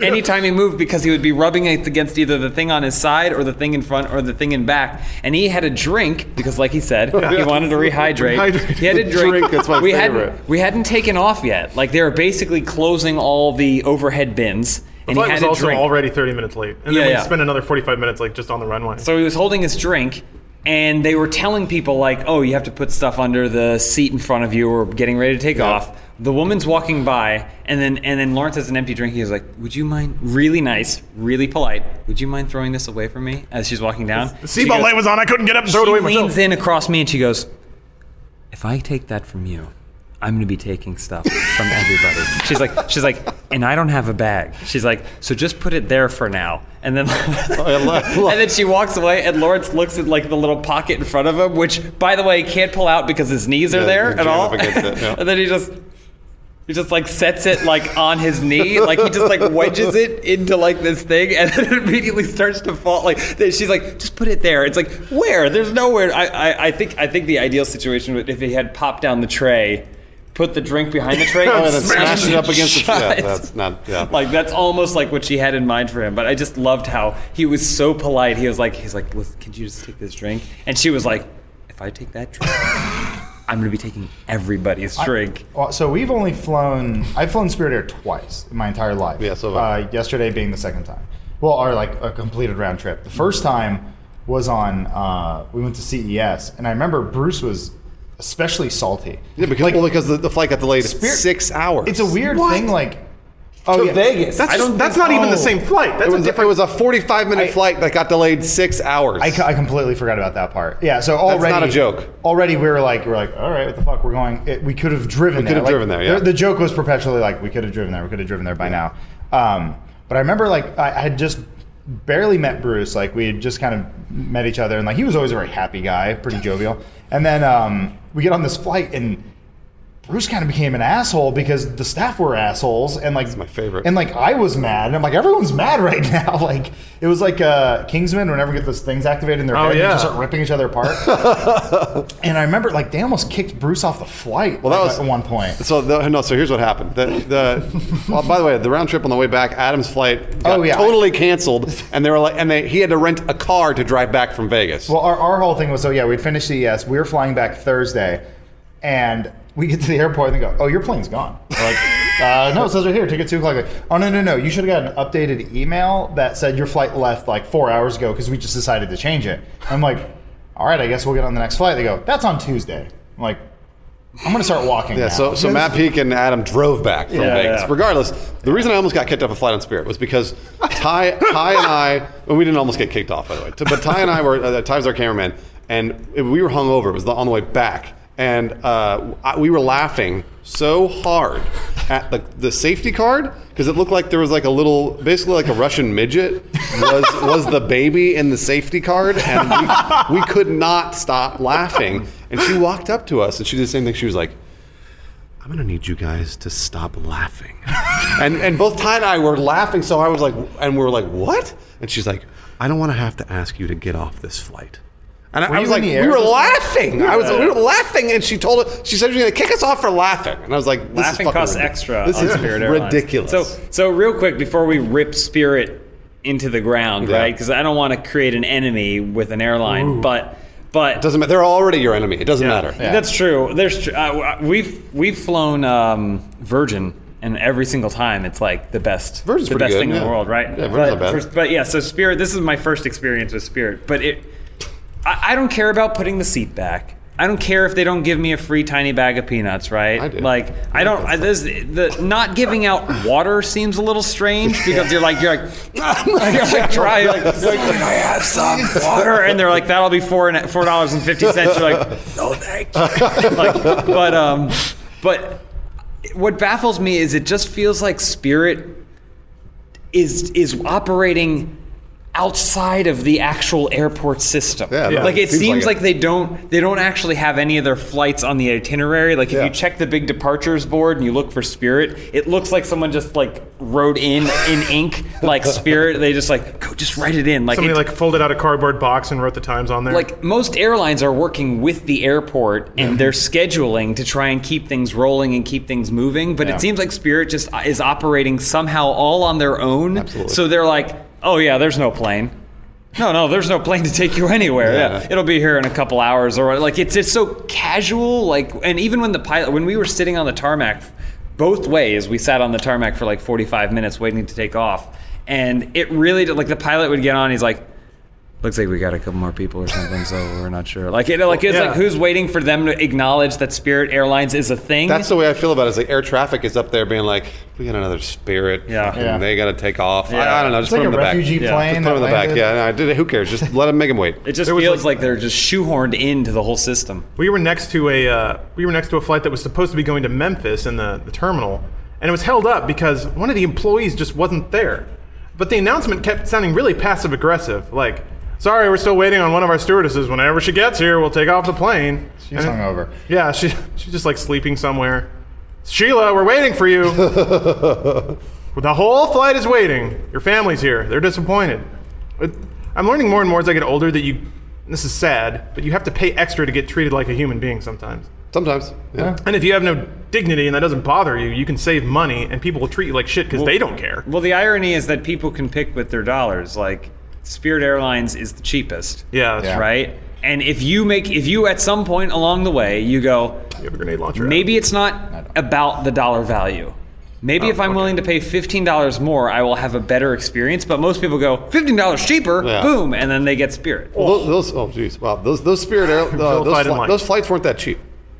anytime he moved because he would be rubbing it against either the thing on his side or the thing in front or the thing in back. And he had a drink because, like he said, he wanted to rehydrate. Rehydrate. He had a drink. Drink, that's my we Hadn't, favorite. we hadn't taken off yet. Like they were basically closing all the overhead bins. and he Flight had was a also drink. already 30 minutes late, and then Yeah, we yeah. spent another 45 minutes like just on the runway. So he was holding his drink, and they were telling people like, "Oh, you have to put stuff under the seat in front of you, or getting ready to take off." The woman's walking by, and then and then Lawrence has an empty drink. He's like, "Would you mind?" Really nice, really polite. Would you mind throwing this away from me? As she's walking down, she Seatbelt goes- light was on. I couldn't get up and throw it she away leans myself. in across me, and she goes, "If I take that from you." I'm gonna be taking stuff from everybody. She's like, she's like, and I don't have a bag. She's like, so just put it there for now. And then, I love- and then she walks away, and Lawrence looks at like the little pocket in front of him, which, by the way, he can't pull out because his knees are Yeah, there you at jam all. up against it, yeah. and then he just, he just like sets it like on his knee, like he just like wedges it into like this thing, and then it immediately starts to fall. Like then she's like, just put it there. It's like where? There's nowhere. I, I, I think I think the ideal situation would if he had popped down the tray. Put the drink behind the tray and then smash it up against the shut. yeah, That's not. Yeah. Like that's almost like what she had in mind for him. But I just loved how he was so polite. He was like, he's like, Listen, can you just take this drink? And she was like, if I take that drink, I'm gonna be taking everybody's drink. Well, Uh, so we've only flown I've flown Spirit Air twice in my entire life Yeah, so have I. uh, yesterday being the second time well or like a completed round trip the first time was on uh, we went to CES and I remember Bruce was especially salty yeah, because, well, because the, the flight got delayed Spirit- six hours. It's a weird What? thing, like oh, yeah. Vegas. That's, I just, don't that's think- not even the oh. same flight. It That's a was, it different. was a 45 minute flight that got delayed six hours. I, co- I completely forgot about that part. Yeah, so already not a joke. Already we were like, we were like, all right, what the fuck, we're going. It, we could have driven. We could have driven there, yeah. The, the joke was perpetually like, we could have driven there. We could have driven there by now. Um, but I remember like I, I had just barely met Bruce. Like we had just kind of met each other, and like he was always a very happy guy, pretty jovial. And then um, we get on this flight, and Bruce kind of became an asshole because the staff were assholes, and like my favorite. And like I was mad, and I'm like everyone's mad right now. Like it was like uh, Kingsman whenever you get those things activated in their Oh, head, yeah. they just start ripping each other apart. and I remember like they almost kicked Bruce off the flight. Well, that like, was- at one point. So the, no, so here's what happened. The, the well, by the way, the round trip on the way back, Adam's flight got Oh, yeah. totally canceled, and they were like, and they, he had to rent a car to drive back from Vegas. Well, our, our whole thing was so yeah, we'd finish CES. We were flying back Thursday, and we get to the airport and they go, "Oh, your plane's gone." We're like, uh, no, it says right here, ticket two o'clock. Like, oh no, no, no, you should have got an updated email that said your flight left like four hours ago because we just decided to change it. I'm like, all right, I guess we'll get on the next flight. They go, that's on Tuesday. I'm like, I'm gonna start walking. Yeah, now." so, so Matt Peake and Adam drove back from Yeah, Vegas. yeah. Regardless, the reason I almost got kicked off a flight on Spirit was because Ty, Ty and I, well, we didn't almost get kicked off, by the way, but Ty and I were, uh, Ty's our cameraman, and we were hungover. It was on the way back. And uh, I, we were laughing so hard at the, the safety card because it looked like there was like a little, basically like a Russian midget was, was the baby in the safety card. And we, we could not stop laughing. And she walked up to us and she did the same thing. She was like, I'm gonna need you guys to stop laughing. and and both Ty and I were laughing, so I was like, and we were like, what? And she's like, I don't want to have to ask you to get off this flight. And I, I you was in like, the we air were just- laughing. I was, we were laughing, and she told us, she said she was gonna kick us off for laughing, and I was like, this is laughing fucking costs ridiculous. extra. This on is Spirit Airlines. ridiculous. So, so real quick before we rip Spirit into the ground, Yeah. right? Because I don't want to create an enemy with an airline, but but doesn't matter. They're already your enemy. It doesn't matter. that's true. There's tr- uh, we've we've flown um, Virgin. And every single time, it's like the best, Virgin's the pretty best good, thing in yeah. the world, right? Yeah, Virgin's but, not bad. first- but yeah, so Spirit. This is my first experience with Spirit, but it. I, I don't care about putting the seat back. I don't care if they don't give me a free tiny bag of peanuts, right? I do. Like I don't. I, this, the not giving out water seems a little strange because you're like you're like you're like trying like, you're like, "Can I have some water, and they're like that'll be four and four dollars and fifty cents. You're like no thank you. like, but um, but what baffles me is it just feels like Spirit is is operating outside of the actual airport system. Yeah, no, like it it seems seems, like, like it. they don't they don't actually have any of their flights on the itinerary. Like if Yeah. you check the big departures board and you look for Spirit, it looks like someone just like wrote in in ink like Spirit. They just like go just write it in like Somebody it- like folded out a cardboard box and wrote the times on there. like most airlines are working with the airport and they're scheduling to try and keep things rolling and keep things moving but Yeah. it seems like spirit just uh, is operating somehow all on their own Absolutely. so they're like oh yeah there's no plane no no there's no plane to take you anywhere yeah. Yeah. it'll be here in a couple hours or like it's it's so casual like and even when the pilot when we were sitting on the tarmac both ways we sat on the tarmac for like 45 minutes waiting to take off and it really did- like the pilot would get on he's like looks like we got a couple more people or something, so we're not sure. Like, you know, like it's Yeah. like who's waiting for them to acknowledge that Spirit Airlines is a thing? That's the way I feel about it. Is like air traffic is up there being like, we got another Spirit. Yeah. fucking- Yeah. They got to take off. I, Yeah. I don't know. it's Just like put a them in the back. refugee Yeah. plane. Just put them in the that back. landed. Yeah, no, I did it. Who cares? Just let them make them wait. it just There was, feels like- like, they're just shoehorned into the whole system. we were next to a uh, we were next to a flight that was supposed to be going to Memphis in the, the terminal, and it was held up because one of the employees just wasn't there. But the announcement kept sounding really passive aggressive, like, "Sorry, we're still waiting on one of our stewardesses. Whenever she gets here, we'll take off the plane." She's And- hungover. Yeah, she she's just like sleeping somewhere. Sheila, we're waiting for you. the whole flight is waiting. Your family's here. They're disappointed. But I'm learning more and more as I get older that you. This is sad, but you have to pay extra to get treated like a human being sometimes. Sometimes. Yeah. And if you have no dignity and that doesn't bother you, you can save money and people will treat you like shit because they don't care. Well, the irony is that people can pick with their dollars. Like, Spirit Airlines is the cheapest, Yeah, that's Yeah. right. right? And if you make, if you at some point along the way, you go, You have a grenade launcher. Maybe it's not about the dollar value. Oh, Maybe if I'm willing to pay $15 more, I will have a better experience. But most people go, $15 cheaper, Yeah. boom, and then they get Spirit. Those, those oh geez, wow, those those Spirit Air, uh, those, Vilified in fli- life. those flights weren't that cheap.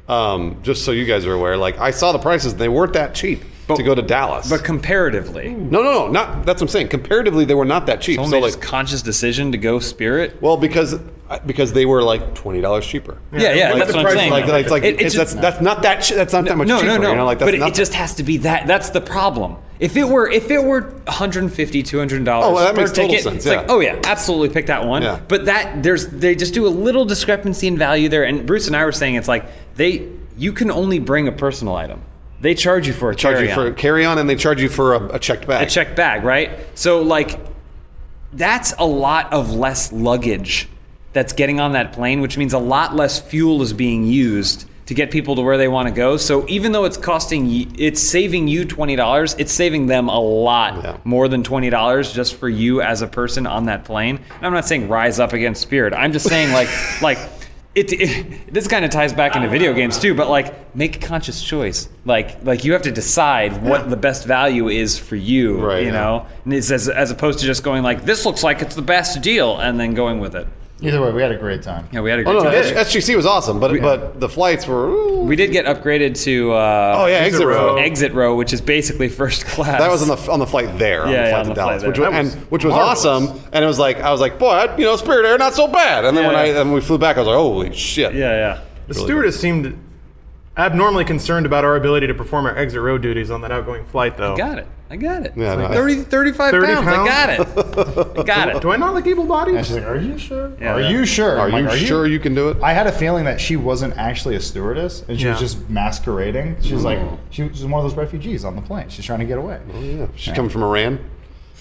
Um, just so you guys are aware, like I saw the prices, they weren't that cheap to go to Dallas. But comparatively, no, no, no, not that's what I'm saying. Comparatively, they were not that cheap. someone So made this like, conscious decision to go Spirit. well, because uh, because they were like twenty dollars cheaper. Yeah, yeah, Like, that's what the I'm price- saying. Like, like, it's like It- it's it's- just- that's, that's not that. Che- that's not that much no, cheaper. no, no, You know? like, that's but it, not it just has to be that. That's the problem. If it were, if it were 150, 200 dollars Oh, well, that per makes total ticket, sense, it's yeah. like, oh yeah, absolutely pick that one. Yeah. But that there's they just do a little discrepancy in value there. And Bruce and I were saying it's like they you can only bring a personal item. They charge you for a charge you carry-on. for carry on, and they charge you for a, a checked bag. a checked bag, right? So like that's a lot of less luggage that's getting on that plane, which means a lot less fuel is being used to get people to where they want to go. So even though it's costing y- it's saving you $20, it's saving them a lot Yeah. more than $20 just for you as a person on that plane. And I'm not saying rise up against spirit. I'm just saying like like it, it this kind of ties back into video games too, but like make a conscious choice. Like like you have to decide what the best value is for you, Right, you yeah. know. And it's as as opposed to just going like this looks like it's the best deal and then going with it. Either way, we had a great time. Yeah, we had a Oh great no, no, time. S- SGC was awesome, Oh, but but the flights were. ooh. We did get upgraded to uh, oh yeah, exit row. exit row, which is basically first class. That was on the on the flight there, Yeah, yeah, on on the the flight flight to Dallas, there. which was, That was and, which was marvelous. awesome. And it was like I was like, but you know, Spirit Air not so bad. And then Yeah, when I yeah. and we flew back, I was like, holy shit. yeah, The Really stewardess seemed abnormally concerned about our ability to perform our exit row duties on that outgoing flight, though. yeah. Got it. I got it. Yeah, It's like no. 30, 35 30 pounds. I got it. I got it. Do I not look able-bodied? And she's like, "Are you sure? Yeah. are you sure? Are I'm like, you sure you can do it? I had a feeling that she wasn't actually a stewardess, and she Yeah. Oh. was just masquerading. She's like, she, she's one of those refugees on the plane. She's trying to get away. yeah, she's coming from Iran.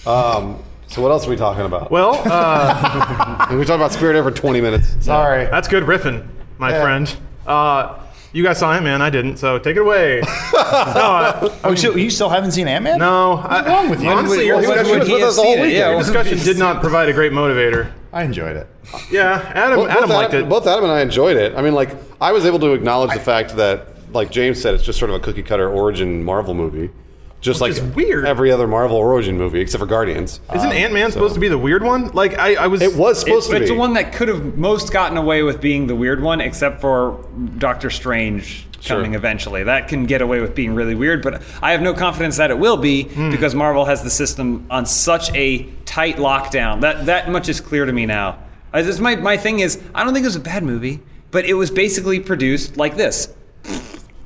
Um, so what else are we talking about? Well, uh, we talked about Spirit Air for 20 minutes. Sorry. that's good riffing, my Yeah. friend. Uh, you guys saw Ant Man, I didn't, so take it away. no, I, oh, so you still haven't seen Ant Man? no. What's wrong with you? Honestly, your Well, he was- he discussion, was with have us the seen whole it, weekend. yeah. your discussion did not provide a great motivator. I enjoyed it. Yeah, Adam. Both- Adam both liked it. Both Adam and I enjoyed it. I mean, like I was able to acknowledge the fact that, like James said, it's just sort of a cookie cutter origin Marvel movie, just Which like is weird. every other Marvel origin movie except for Guardians. Isn't Ah, Ant Man supposed to be the weird one? Like I, I was. It was supposed to It's be. the one that could have most gotten away with being the weird one, except for Doctor Strange Sure. coming eventually. That can get away with being really weird, but I have no confidence that it will be Hmm. because Marvel has the system on such a tight lockdown. That that much is clear to me now. I, this my my thing is I don't think it was a bad movie, but it was basically produced like this.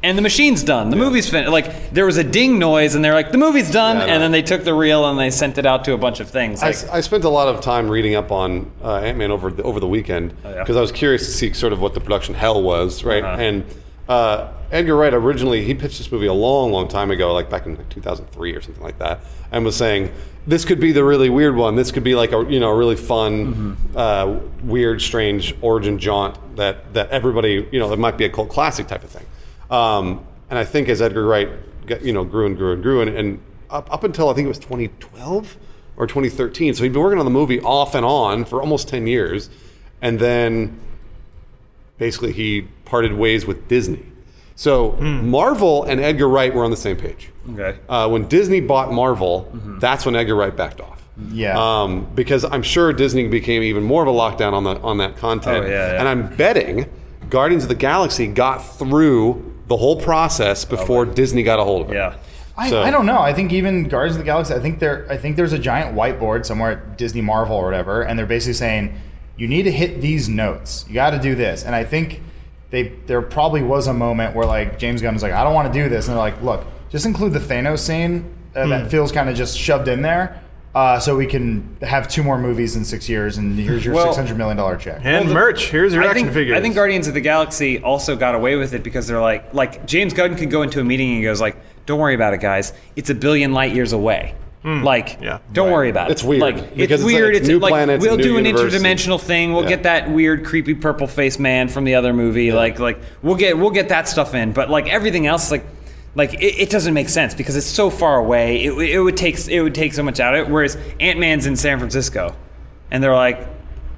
And the machine's done. The movie's finished. Like there was a ding noise, and they're like, "The movie's done." Yeah, I know. and then they took the reel and they sent it out to a bunch of things. I, Like, s- I spent a lot of time reading up on uh, Ant Man over the, over the weekend Oh, yeah. because I was curious to see sort of what the production hell was, right? Uh-huh. And uh, Edgar Wright originally he pitched this movie a long, long time ago, like back in like 2003 or something like that, and was saying this could be the really weird one. This could be like a you know a really fun, Mm-hmm. uh, weird, strange origin jaunt that that everybody you know that might be a cult classic type of thing. Um, and I think as Edgar Wright got, you know grew and grew and grew and, and up, up until I think it was 2012 or 2013. So he'd been working on the movie off and on for almost 10 years, and then basically he parted ways with Disney. So Marvel and Edgar Wright were on the same page. Hmm. okay. Mm-hmm. Uh, when Disney bought Marvel, that's when Edgar Wright backed off. Yeah. Um, because I'm sure Disney became even more of a lockdown on the on that content. Oh, yeah, yeah. And I'm betting Guardians of the Galaxy got through the whole process before Disney got a hold of it. yeah. I, So- I don't know. I think even Guardians of the Galaxy. I think there. I think there's a giant whiteboard somewhere at Disney Marvel or whatever, and they're basically saying, "You need to hit these notes. You got to do this." And I think they there probably was a moment where like James Gunn was like, "I don't want to do this," and they're like, "Look, just include the Thanos scene uh, that feels kind of just shoved in there, uh, so we can have two more movies in six years, and here's your Well- six hundred million dollar check." and Well, the- merch. Here's your I action think, figures. I think Guardians of the Galaxy also got away with it because they're like, like James Gunn could go into a meeting and he goes like, "Don't worry about it, guys. It's a billion light years away. like, Hmm. Yeah. don't worry about it. It's weird, Like, because it's it's a- weird. it's It's, new like planets, we'll new do an universes. interdimensional thing. We'll Yeah. get that weird, creepy purple face man from the other movie. Like, like we'll get we'll get that stuff in. But like everything else, like. Like it, it doesn't make sense because it's so far away. It, it would take it would take so much out of it. Whereas Ant Man's in San Francisco, and they're like,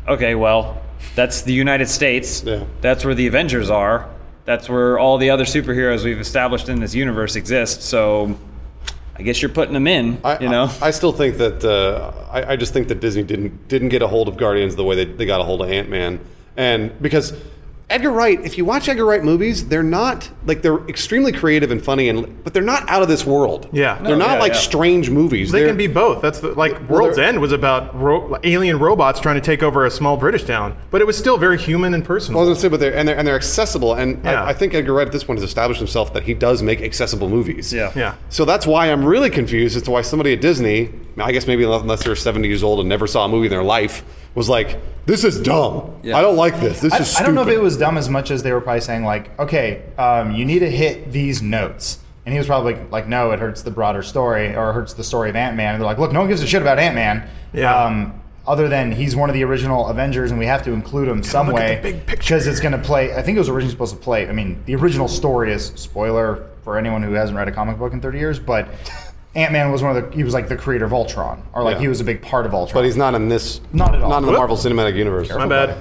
okay, well, that's the United States. Yeah. That's where the Avengers are. That's where all the other superheroes we've established in this universe exist. So I guess you're putting them in, I, you know? I, I still think that uh, I, I just think that Disney didn't didn't get a hold of Guardians the way they, they got a hold of Ant Man, and because Edgar Wright, if you watch Edgar Wright movies, they're not like they're extremely creative and funny, and but they're not out of this world. Yeah. they're No, not yeah, like yeah. strange movies. they They're- can be both. That's the, like Well, World's they're- End was about ro- alien robots trying to take over a small British town, but it was still very human and I was personal. gonna say, but they're and they're and they're accessible, and Yeah. I, I think Edgar Wright at this point has established himself that he does make accessible movies. Yeah. Yeah. So that's why I'm really confused as to why somebody at Disney mean, I guess maybe unless they're 70 years old and never saw a movie in their life, was like, this is dumb. Yeah. I don't like this. This I, is I stupid. don't know if it was dumb as much as they were probably saying like, okay, um, you need to hit these notes, and he was probably like, no, it hurts the broader story or it hurts the story of Ant Man. And they're like, look, no one gives a shit about Ant Man. Yeah. Um, other than he's one of the original Avengers, and we have to include him some look at way the big picture. because it's going to play. I think it was originally supposed to play. I mean, the original story is spoiler for anyone who hasn't read a comic book in 30 years, but Ant Man was one of the. He was like the creator of Ultron, or like Yeah. he was a big part of Ultron. but he's not in this. Not at all. Not in the Whoop. Marvel Cinematic Universe. My bad.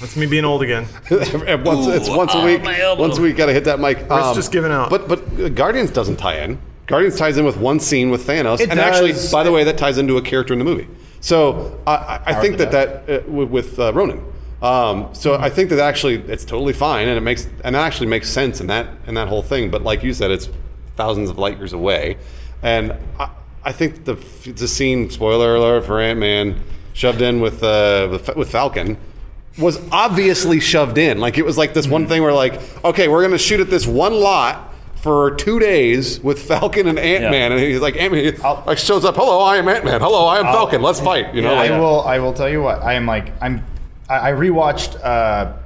That's me being old again. And once, it's Ooh, once a ah, week. my elbow. Once a week, gotta hit that mic. It's just giving out. But but Guardians doesn't tie in. Guardians ties in with one scene with Thanos, It and actually, does. by the way, that ties into a character in the movie. So I- I, I think that Howard the that uh, with- with uh, Ronan. Um, so I think that actually it's totally fine, and it makes and it actually makes sense in that in that whole thing. But like you said, it's thousands of light years away, and I, I think the f- the scene spoiler alert for Ant Man shoved in with uh, with, Fa- with Falcon was obviously shoved in. Like it was like this one thing where like okay, we're gonna shoot at this one lot. For two days with Falcon and Ant Man, Yeah. and he's like, Ant Man, I'll- like shows up. Hello, I am Ant Man. Hello, I am Falcon. Let's fight. You know, like, I will. I will tell you what. I am like. I'm. I, I rewatched uh,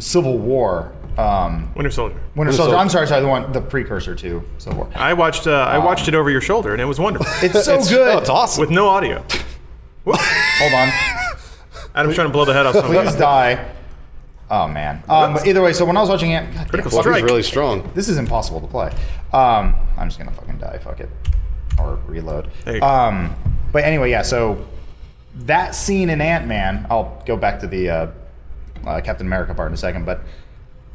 Civil War. Um, Winter Soldier. Winter Soldier. Soldier. I'm sorry. Sorry. The one. The precursor to Civil War. I watched. Uh, I watched it over your shoulder, and it was wonderful. It's so Oh, good. it's awesome. with no audio. Hold on. Adam's trying to blow the head off Please somebody. die. Oh man. Um, but either way. So when I was watching it, God damn, Critical Well, he's strike. really strong. this is impossible to play. Um, I'm just gonna fucking die. Fuck it, or reload. There you go. Um, but anyway, yeah. So that scene in Ant Man, I'll go back to the uh, uh, Captain America part in a second. But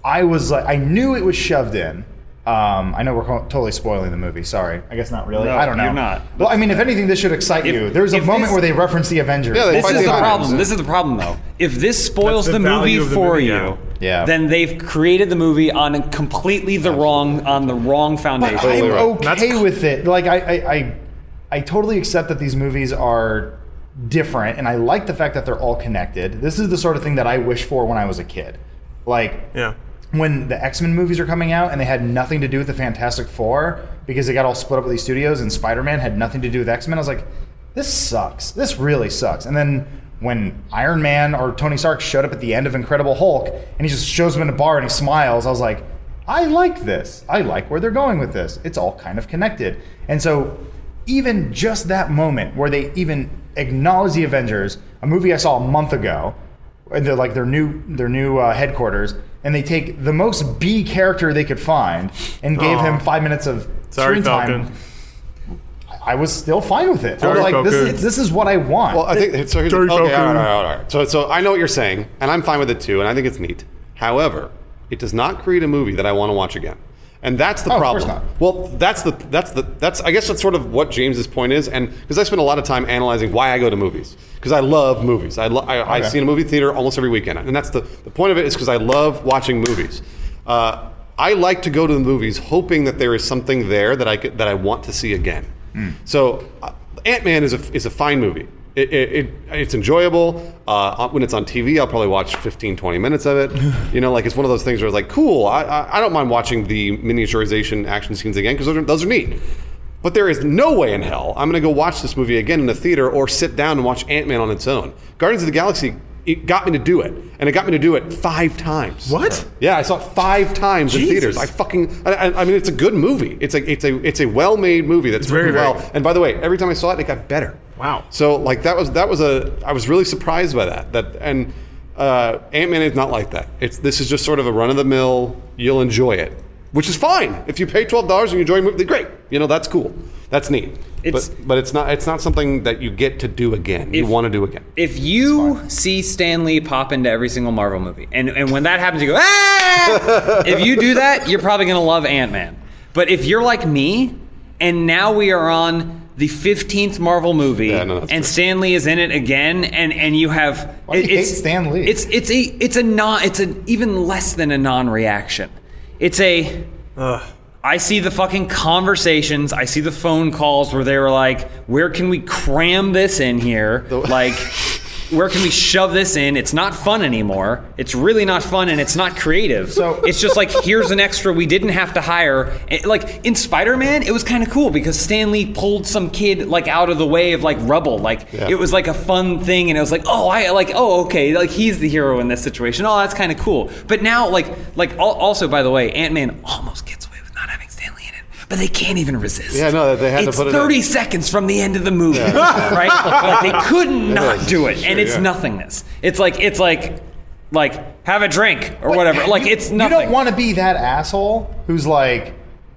I was like, I knew it was shoved in. Um, I know we're co- totally spoiling the movie. Sorry, I guess not really. No, I don't know. you're not. Well, I mean, if anything, this should excite If- you. There's a if moment this- where they reference the Avengers. Yeah, they This Fight is the Avengers. problem. This is the problem, though. If this spoils That's the, the movie value of the for movie, you, yeah. Yeah. then they've created the movie on completely the wrong on the wrong foundation. But I'm Totally right. okay That's- with it. Like I, I, I, I totally accept that these movies are different, and I like the fact that they're all connected. This is the sort of thing that I wish for when I was a kid. Like Yeah. when the X Men movies are coming out, and they had nothing to do with the Fantastic Four because they got all split up with these studios, and Spider Man had nothing to do with X Men. I was like, this sucks. This really sucks. And then. When Iron Man or Tony Stark showed up at the end of Incredible Hulk and he just shows up in a bar and he smiles, I was like, I like this. I like where they're going with this. It's all kind of connected. And so, even just that moment where they even acknowledge the Avengers, a movie I saw a month ago, and they're like their new their new uh, headquarters, and they take the most B character they could find and gave Aw. him five minutes of Sorry, screen time. Falcon. I was still fine with it. Sorry, I was like, this Falcon. is, this is what I want. Well, I think so. Here's, okay, Dirty all right, all Falcon. right, all right. So, so I know what you're saying, and I'm fine with it too, and I think it's neat. However, it does not create a movie that I want to watch again, and that's the Oh, of problem. course not. Well, that's the that's the that's I guess that's sort of what James's point is, and because I spend a lot of time analyzing why I go to movies because I love movies. I, lo- I I Okay. see a movie theater almost every weekend, and that's the the point of it is because I love watching movies. Uh, I like to go to the movies hoping that there is something there that I could, that I want to see again. So, uh, Ant Man is a is a fine movie. It, it, it it's enjoyable. Uh, when it's on TV, I'll probably watch 15, 20 minutes of it. you know, like it's one of those things where it's like, cool. I I, I don't mind watching the miniaturization action scenes again because those are, those are neat. But there is no way in hell I'm going to go watch this movie again in the theater or sit down and watch Ant Man on its own. Guardians of the Galaxy. It got me to do it, and it got me to do it five times. What? Yeah, I saw it five times in Jesus. theaters. I fucking. I, I- I mean, it's a good movie. It's a it's a it's a well made movie that's very, very very well. good. And by the way, every time I saw it, it got better. Wow. So like that was that was a I was really surprised by that. That and uh, Ant Man is not like that. It's this is just sort of a run of the mill. You'll enjoy it, which is fine. If you pay twelve dollars and you enjoy a movie, great. You know that's cool. That's neat. It's- but, but it's not it's not something that you get to do again. you If- want to do again. If you see Stan Lee pop into every single Marvel movie, and, and when that happens, you go, ah! if you do that, you're probably going to love Ant Man. But if you're like me, and now we are on the 15th Marvel movie, Yeah, no, that's and true. Stan Lee is in it again, and, and you have. Why do you hate Stan Lee? It's, it's, a, it's, a non, it's an even less than a non reaction. It's a. Ugh. I see the fucking conversations. I see the phone calls where they were like, "Where can we cram this in here?" like, where can we shove this in? It's not fun anymore. It's really not fun and it's not creative. So- it's just like here's an extra we didn't have to hire. And, like in Spider-Man, it was kind of cool because Stan Lee pulled some kid like out of the way of like rubble. Like Yeah. it was like a fun thing and it was like, "Oh, I like oh, okay, like he's the hero in this situation. Oh, that's kind of cool." But now like like al- also by the way, Ant-Man almost gets away with not having Stan Lee in it. But they can't even resist. Yeah, no, they had to it's put it in. 30 seconds from the end of the movie, right? Like, they could not is. do it, and Sure, it's yeah. nothingness. It's like it's like like have a drink or whatever. Like it's You nothing. don't want to be that asshole who's like,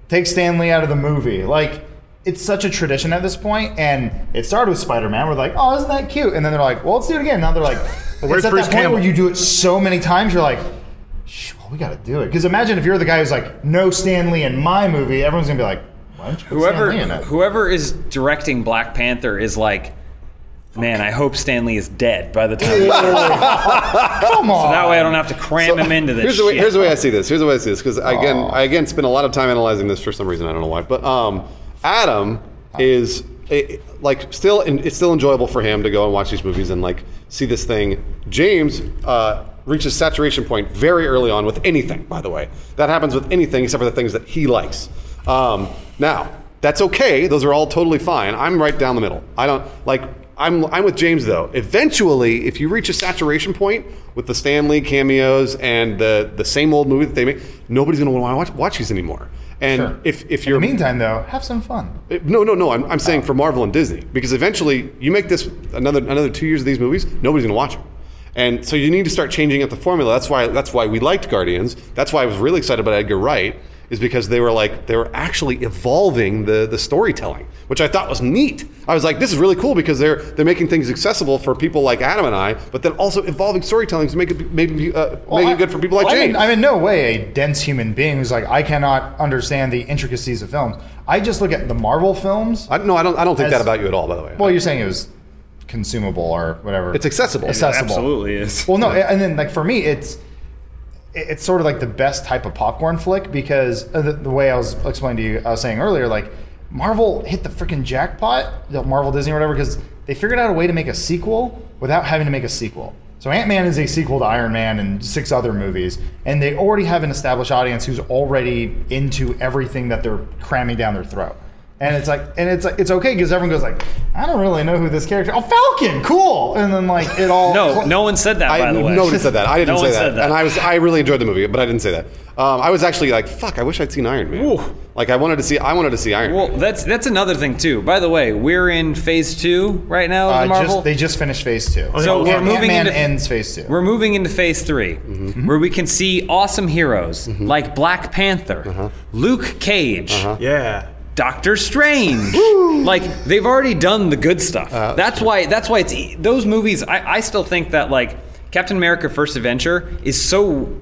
take Stanley out of the movie. Like, it's such a tradition at this point, and it started with Spider-Man. We're like, oh, isn't that cute? And then they're like, well, let's do it again. Now they're like, Where's it's at Bruce that point Campbell? where you do it so many times, you're like, Shh, well, we got to do it. Because imagine if you're the guy who's like, no Stanley in my movie, everyone's gonna be like, why don't you put whoever Stan Lee in it? whoever is directing Black Panther is like, man, I hope Stanley is dead by the time. Come on. that way, I don't have to cram him into this. Um, Here's the way. shit. Here's the way I see this. Here's the way I see this because again, I again spend a lot of time analyzing this for some reason. I don't know why, but um, Adam is eh, like still en- it's still enjoyable for him to go and watch these movies and like see this thing. James uh, reaches saturation point very early on with anything. By the way, that happens with anything except for the things that he likes. Um, now that's okay. Those are all totally fine. I'm right down the middle. I don't like. I'm, I'm with James though. Eventually, if you reach a saturation point with the Stan Lee cameos and the, the same old movie that they make, nobody's gonna want to watch, watch these anymore. And Sure. if if you're In the meantime, though, have some fun. no no no, I'm, I'm saying for Marvel and Disney because eventually you make this another another two years of these movies, nobody's gonna watch them. And so you need to start changing up the formula. That's why that's why we liked Guardians. That's why I was really excited about Edgar Wright is because they were like they were actually evolving the the storytelling, which I thought was neat. I was like, this is really cool because they're they're making things accessible for people like Adam and I, but then also evolving storytelling to make it maybe uh, Well, make I- it good for people like well, I'm James. In, I'm in no way a dense human being who's like, I cannot understand the intricacies of films. I just look at the Marvel films. I, no, I don't I don't think As- that about you at all. By the way, well, you're saying it was consumable or whatever. it's accessible. accessible. Absolutely is. Well, no, and then like for me, it's it- it's sort of like the best type of popcorn flick because of the, the way I was explaining to you, I was saying earlier, like Marvel hit the freaking jackpot, the Marvel Disney or whatever, because they figured out a way to make a sequel without having to make a sequel. So Ant Man is a sequel to Iron Man and six other movies, and they already have an established audience who's already into everything that they're cramming down their throat. And it's like, and it's like, it's okay because everyone goes like, I don't really know who this character. Oh, Falcon, cool. And then like it all. No, no one said that. by I, the way, nobody said that. I didn't No say one that. said that. And I was I really enjoyed the movie, but I didn't say that. Um, I was actually like, fuck, I wish I'd seen Iron Man. Oof. Like I wanted to see I wanted to see Iron Well, Man. that's that's another thing too. By the way, we're in phase two right now of Uh, the Marvel. just, they just finished phase two. Oh, So Yeah, we're Ant- moving Ant-Man into ends phase two. we're moving into phase 3 Mm-hmm. where we can see awesome heroes like Black Panther, Uh-huh. Luke Cage, Yeah. Doctor Strange. like they've already done the good stuff. Uh, that's why. That's why it's e- those movies. I, I still think that like Captain America: First Adventure is so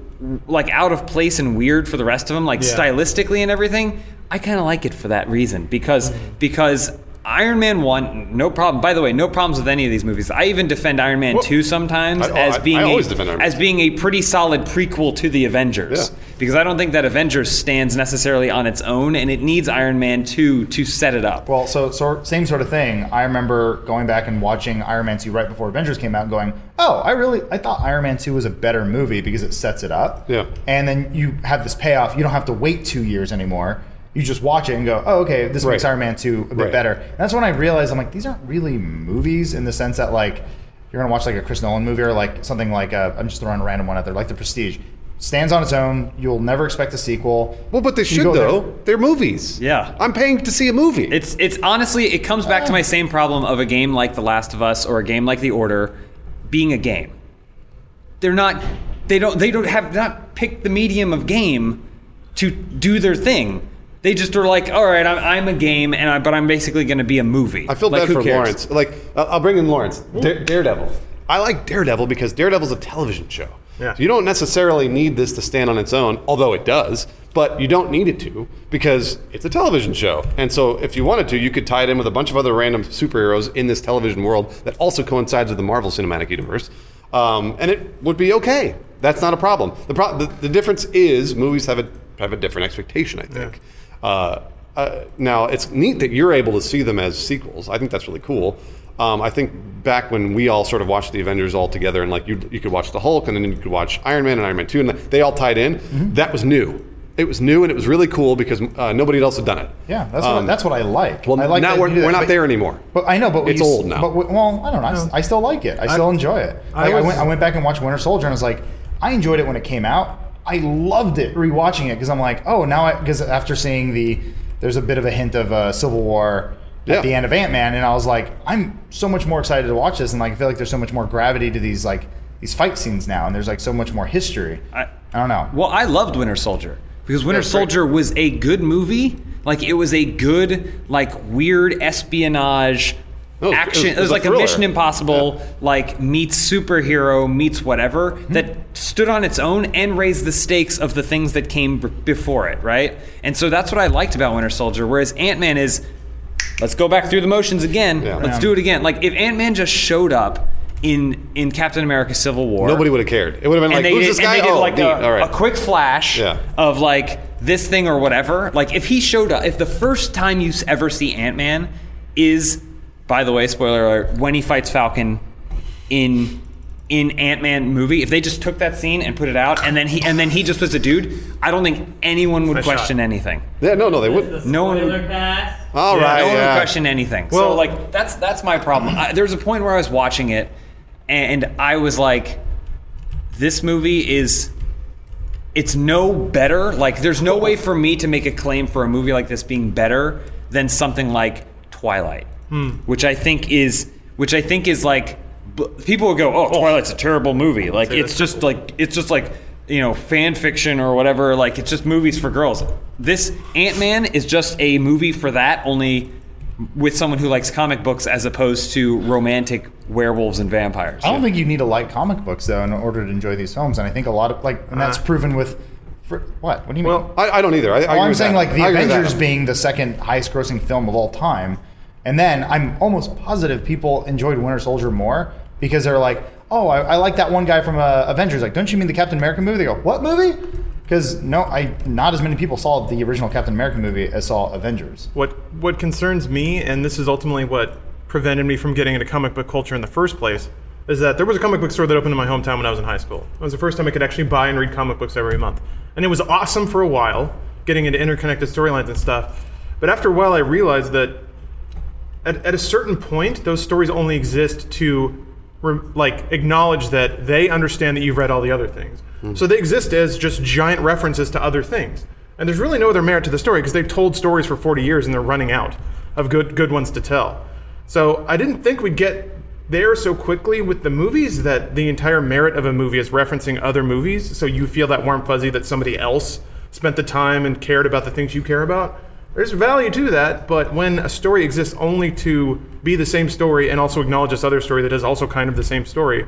like out of place and weird for the rest of them, like Yeah. stylistically and everything. I kind of like it for that reason Mm. because because. Iron Man 1, no problem. By the way, no problems with any of these movies. I even defend Iron Man 2 sometimes I- oh, as I- being I always a, defend Iron Man. as being a pretty solid prequel to the Avengers Yeah. because I don't think that Avengers stands necessarily on its own, and it needs Iron Man 2 to set it up. well, so, so same sort of thing. I remember going back and watching Iron Man 2 right before Avengers came out and going, oh, I really, I thought Iron Man 2 was a better movie because it sets it up. Yeah. And then you have this payoff. You don't have to wait two years anymore. You just watch it and go, oh, okay, this makes Right. Iron Man 2 a bit Right. better. And that's when I realized I'm like, these aren't really movies in the sense that, like, you're gonna watch like a Chris Nolan movie or like something like uh, I'm just throwing a random one out there, like The Prestige. Stands on its own. You'll never expect a sequel. Well, but they You should go there- though. They're movies. Yeah. I'm paying to see a movie. It's it's honestly it comes back to my same problem of a game like The Last of Us or a game like The Order being a game. They're not they don't they don't have not picked the medium of game to do their thing. They just are like, all right, I'm, I'm a game, and I, but I'm basically going to be a movie. I feel like, bad who for cares? Lawrence. Like, I'll I'll bring in Lawrence. Dare- Daredevil. I like Daredevil because Daredevil's a television show. Yeah. So you don't necessarily need this to stand on its own, although it does. But you don't need it to because it's a television show. And so, if you wanted to, you could tie it in with a bunch of other random superheroes in this television world that also coincides with the Marvel Cinematic Universe, um, and it would be okay. That's not a problem. The, pro- the the difference is movies have a have a different expectation. I think. Uh, uh, now it's neat that you're able to see them as sequels. I think that's really cool. Um, I think back when we all sort of watched the Avengers all together, and like you, you could watch the Hulk, and then you could watch Iron Man and Iron Man Two, and they all tied in. Mm-hmm. That was new. It was new, and it was really cool because uh, nobody else had done it. Um, Yeah, that's what, that's what I like. Well, I like now that we're, you do that, we're not but- there anymore. But I know, but when It's you s- old now. But w- well, I don't know. I, s- I still like it. I still enjoy it. I Like, I, was- went, I went back and watched Winter Soldier, and I was like, I enjoyed it when it came out. I loved it rewatching it because I'm like, oh, now I because after seeing the there's a bit of a hint of uh, Civil War Yeah. at the end of Ant Man, and I was like, I'm so much more excited to watch this, and like I feel like there's so much more gravity to these like these fight scenes now, and there's like so much more history. I- I don't know. Well, I loved Winter Soldier because Winter Yeah, it's great. Soldier was a good movie. Like it was a good, like weird espionage Oh, It was- action. It was, it was a like a thriller. Mission Impossible, like meets superhero meets whatever Hmm. that stood on its own and raised the stakes of the things that came b- before it, right? And so that's what I liked about Winter Soldier. Whereas Ant Man is, let's go back through the motions again. Yeah. Let's Yeah. do it again. Like if Ant Man just showed up in in Captain America: Civil War, Nobody would have cared. It would have been like, and they who's did, this and guy? they did, oh, like neat. a, all right. a quick flash Yeah. of like this thing or whatever. Like if he showed up, if the first time you s- ever see Ant Man is, by the way, spoiler alert, when he fights Falcon in in Ant Man movie, if they just took that scene and put it out, and then he and then he just was a dude, I don't think anyone would Nice shot. question anything. yeah, no, no, they wouldn't. No one- Spoiler cast. All Yeah, right, No one yeah. would question anything. so Well- like that's that's my problem. I, there's a point where I was watching it, and I was like, this movie is. It's no better. Like, there's no way for me to make a claim for a movie like this being better than something like Twilight, Hmm. which I think is, which I think is like, b- people will go, "Oh, Twilight's a terrible movie." Like, it's just like, it's just like, you know, fan fiction or whatever. Like, it's just movies for girls. This Ant Man is just a movie for that, only with someone who likes comic books as opposed to romantic werewolves and vampires. I don't think you need to like comic books though in order to enjoy these films, and I think a lot of like, and that's Uh. proven with. For, what? What do you mean? Well, I, I don't either. I, I agree Well, Oh, I'm with saying that. like the I agree with Avengers that. being the second highest grossing film of all time, and then I'm almost positive people enjoyed Winter Soldier more because they're like, oh, I, I like that one guy from uh, Avengers. Like, don't you mean the Captain America movie? They go, what movie? Because no, I not as many people saw the original Captain America movie as saw Avengers. What what concerns me, and this is ultimately what prevented me from getting into comic book culture in the first place, is that there was a comic book store that opened in my hometown when I was in high school. It was the first time I could actually buy and read comic books every month, and it was awesome for a while, getting into interconnected storylines and stuff. But after a while, I realized that at, at a certain point, those stories only exist to rem- like acknowledge that they understand that you've read all the other things. So they exist as just giant references to other things. And there's really no other merit to the story because they've told stories for 40 years and they're running out of good good ones to tell. So I didn't think we'd get there so quickly with the movies that the entire merit of a movie is referencing other movies. So you feel that warm fuzzy that somebody else spent the time and cared about the things you care about. There's value to that, but when a story exists only to be the same story and also acknowledge this other story that is also kind of the same story,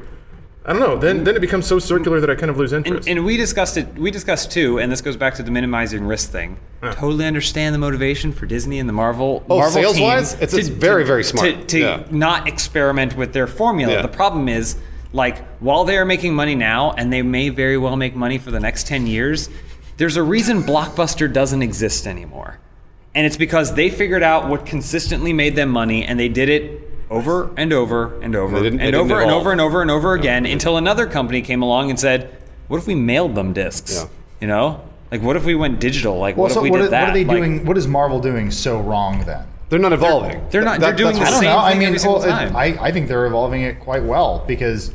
I don't know. Then then it becomes so circular that I kind of lose interest. And we discussed it. We discussed too, and this goes back to the minimizing risk thing. Totally understand the motivation for Disney and the Marvel. Oh, Marvel team sales-wise? It's- it's very, very smart. To, to Yeah. not experiment with their formula. Yeah. The problem is, like, while they are making money now, and they may very well make money for the next ten years, there's a reason Blockbuster doesn't exist anymore, and it's because they figured out what consistently made them money, and they did it. Over and over and over They didn't- they and didn't over and evolve. over and over and over again until another company came along and said, "What if we mailed them discs? Yeah. You know, like what if we went digital? Like what so if we what, did are, that? what are they Like, doing? What is Marvel doing so wrong then? They're not evolving. they're not- they're doing that's the I don't same know. I thing mean, every single well, it- time. I, I think they're evolving it quite well because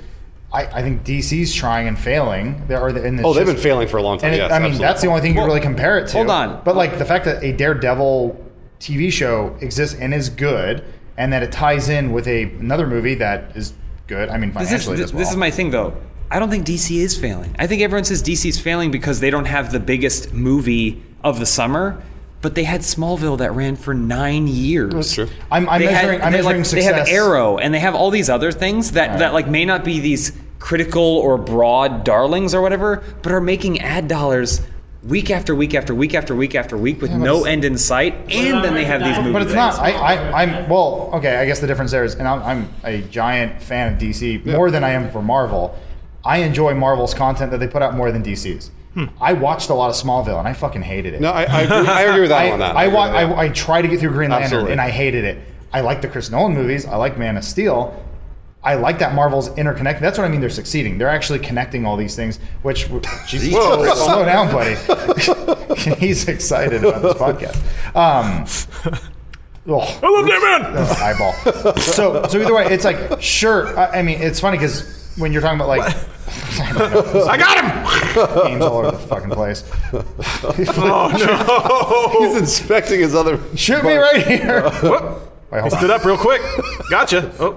I, I think DC's trying and failing. They're, or the, and it's Oh, they've just- been failing for a long time. And it- yes, I mean, absolutely. that's the only thing you Well, can really compare it to. hold on. But like the fact that a Daredevil TV show exists and is good, and that it ties in with a another movie that is good. I mean, This is, financially th- as well. this is my thing though. I don't think DC is failing. I think everyone says DC is failing because they don't have the biggest movie of the summer, but they had Smallville that ran for nine years. That's true. I'm, I'm they had- measuring. I'm they, measuring like, success. They have Arrow, and they have all these other things that, that like may not be these critical or broad darlings or whatever, but are making ad dollars week after week after week after week after week with no end in sight. And then they have these movies. But But it's not. I, I, I'm well. Okay, I guess the difference there is, and I'm, I'm a giant fan of DC more than I am for Marvel. I enjoy Marvel's content that they put out more than DC's. Hmm. I watched a lot of Smallville and I fucking hated it. No, I, I, agree, I agree with that I, one. on That I, agree wa- with that. I, I tried to get through Green Lantern Absolutely. and I hated it. I like the Chris Nolan movies. I like Man of Steel. I like that Marvel's interconnected. That's what I mean. They're succeeding. They're actually connecting all these things. Which, Jesus, Whoa. slow down, buddy. He's excited about this podcast. Um, oh. I love that man. That's eyeball. so, so either way, it's like sure. I, I mean, it's funny because when you're talking about like I got him. games all over the fucking place, Oh He's inspecting his other. shoot me right here. Wait, no! hold Stood on. up real quick. Gotcha. Oh,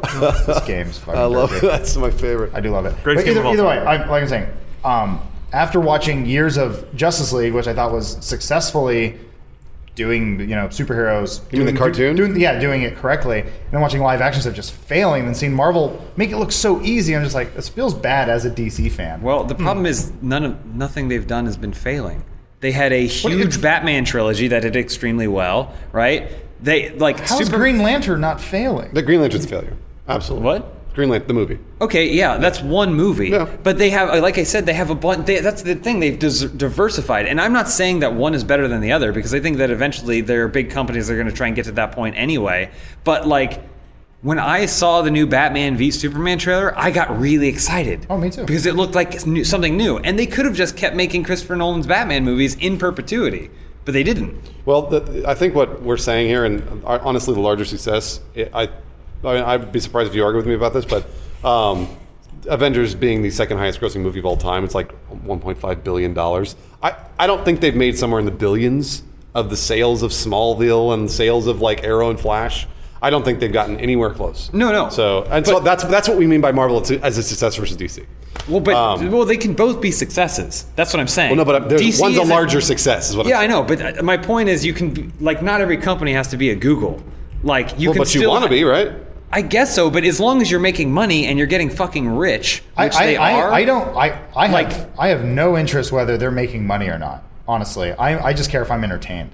This game's fucking. I love it. perfect. That's my favorite. I do love it. Greatest But game either, of all either way, time. I, like I'm saying, um, after watching years of Justice League, which I thought was successfully doing, you know, superheroes, You mean the cartoon? doing, yeah, doing it correctly, and then watching live action stuff just failing, and seeing Marvel make it look so easy, I'm just like, this feels bad as a DC fan. Well, the problem is none of nothing they've done has been failing. They had a do you- huge Batman trilogy that did extremely well, right? They like How's Super- Green Lantern not failing? The Green Lantern's a failure. Absolutely. What? Green Lantern, the movie. Okay, yeah, that's one movie. Yeah. But they have, like I said, they have a bunch. They, that's the thing; they've dis- diversified. And I'm not saying that one is better than the other because I think that eventually there are big companies that are going to try and get to that point anyway. But like, when I saw the new Batman v Superman trailer, I got really excited. Oh, me too. Because it looked like it's new, something new, and they could have just kept making Christopher Nolan's Batman movies in perpetuity, but they didn't. Well, the, I think what we're saying here, and uh, honestly, the larger success, it, I, I mean, I'd be surprised if you argue with me about this, but um, Avengers being the second highest grossing movie of all time, it's like 1.5 billion dollars. I, I don't think they've made somewhere in the billions of the sales of Smallville and sales of like Arrow and Flash. I don't think they've gotten anywhere close. No, no. So and so that's that's what we mean by Marvel as a- as a success versus DC. Well, but Um, well, they can both be successes. That's what I'm saying. Well, no, but uh, there's, DC one's a isn't- larger success. Is what I'm Yeah, I know, but uh, my point is, you can be- like not every company has to be a Google. Like you Well, can but you still- want to be right. I guess so, but as long as you're making money and you're getting fucking rich, I, which they I, are. I, I don't. I, I Like- have. I have no interest whether they're making money or not. Honestly, I, I just care if I'm entertained.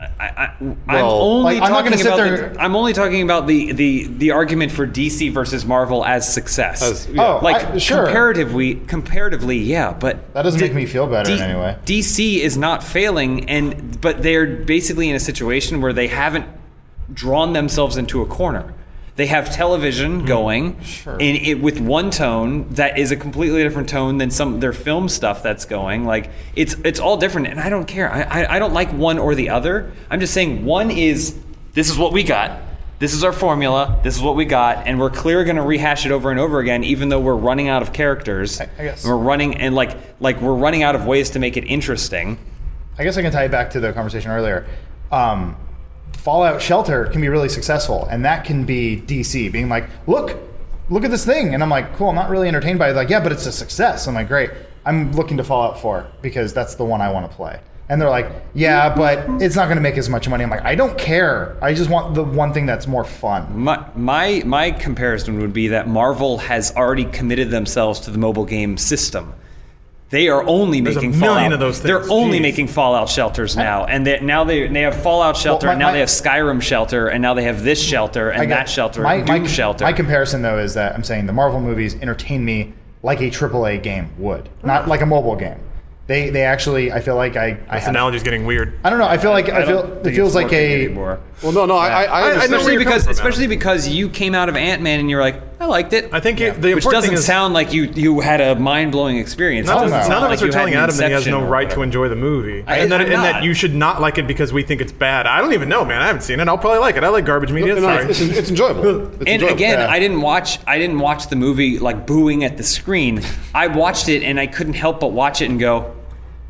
I, I, I'm Well, only like, I'm not talking gonna sit about. there- The, I'm only talking about the, the the argument for DC versus Marvel as success. As- yeah. Oh, like I- sure. comparatively, comparatively, yeah, but That doesn't make me feel better in any way. DC is not failing, and but they're basically in a situation where they haven't drawn themselves into a corner. They have television going Sure. in it with one tone that is a completely different tone than some their film stuff that's going. Like it's it's all different, and I don't care. I, I I don't like one or the other. I'm just saying one is this is what we got. This is our formula. This is what we got, and we're clearly going to rehash it over and over again, even though we're running out of characters. I guess. We're running and like like we're running out of ways to make it interesting. I guess I can tie it back to the conversation earlier. Um, Fallout Shelter can be really successful, and that can be DC being like, "Look, look at this thing," and I'm like, "Cool." I'm not really entertained by it. Like, yeah, but it's a success. I'm like, "Great." I'm looking to Fallout 4 because that's the one I want to play. And they're like, "Yeah, but it's not going to make as much money." I'm like, "I don't care. I just want the one thing that's more fun." My my my comparison would be that Marvel has already committed themselves to the mobile game system. They are only a million making Fallout. of those things. They're only Jeez. making Fallout shelters now, and they, now they they have Fallout shelter, my- and now my- they have Skyrim shelter, and now they have this shelter and I that got- shelter, and Doom shelter. My comparison though is that I'm saying the Marvel movies entertain me like a AAA game would, not like a mobile game. They they actually I feel like I I, this have, analogy is getting weird. I don't know I feel like I, I don't feel think it feels it's like working a anymore. Well, no, no, I I, I, I understand. know especially where you're coming because from, Adam. especially because you came out of Ant Man and you're like, I liked it. I think it- the which important doesn't thing is- sound like you you had a mind blowing experience. It None, of, doesn't no. us- sound none of like us are you had telling an Adam that he has Inception no or right to whatever. enjoy the movie, I- and, that, I'm and that not. you should not like it because we think it's bad. I don't even know, man. I haven't seen it. I'll probably like it. I like garbage media. No, no, Sorry. it's, it's, it's enjoyable. It's and enjoyable. again, yeah. I didn't watch. I didn't watch the movie like booing at the screen. I watched it, and I couldn't help but watch it and go,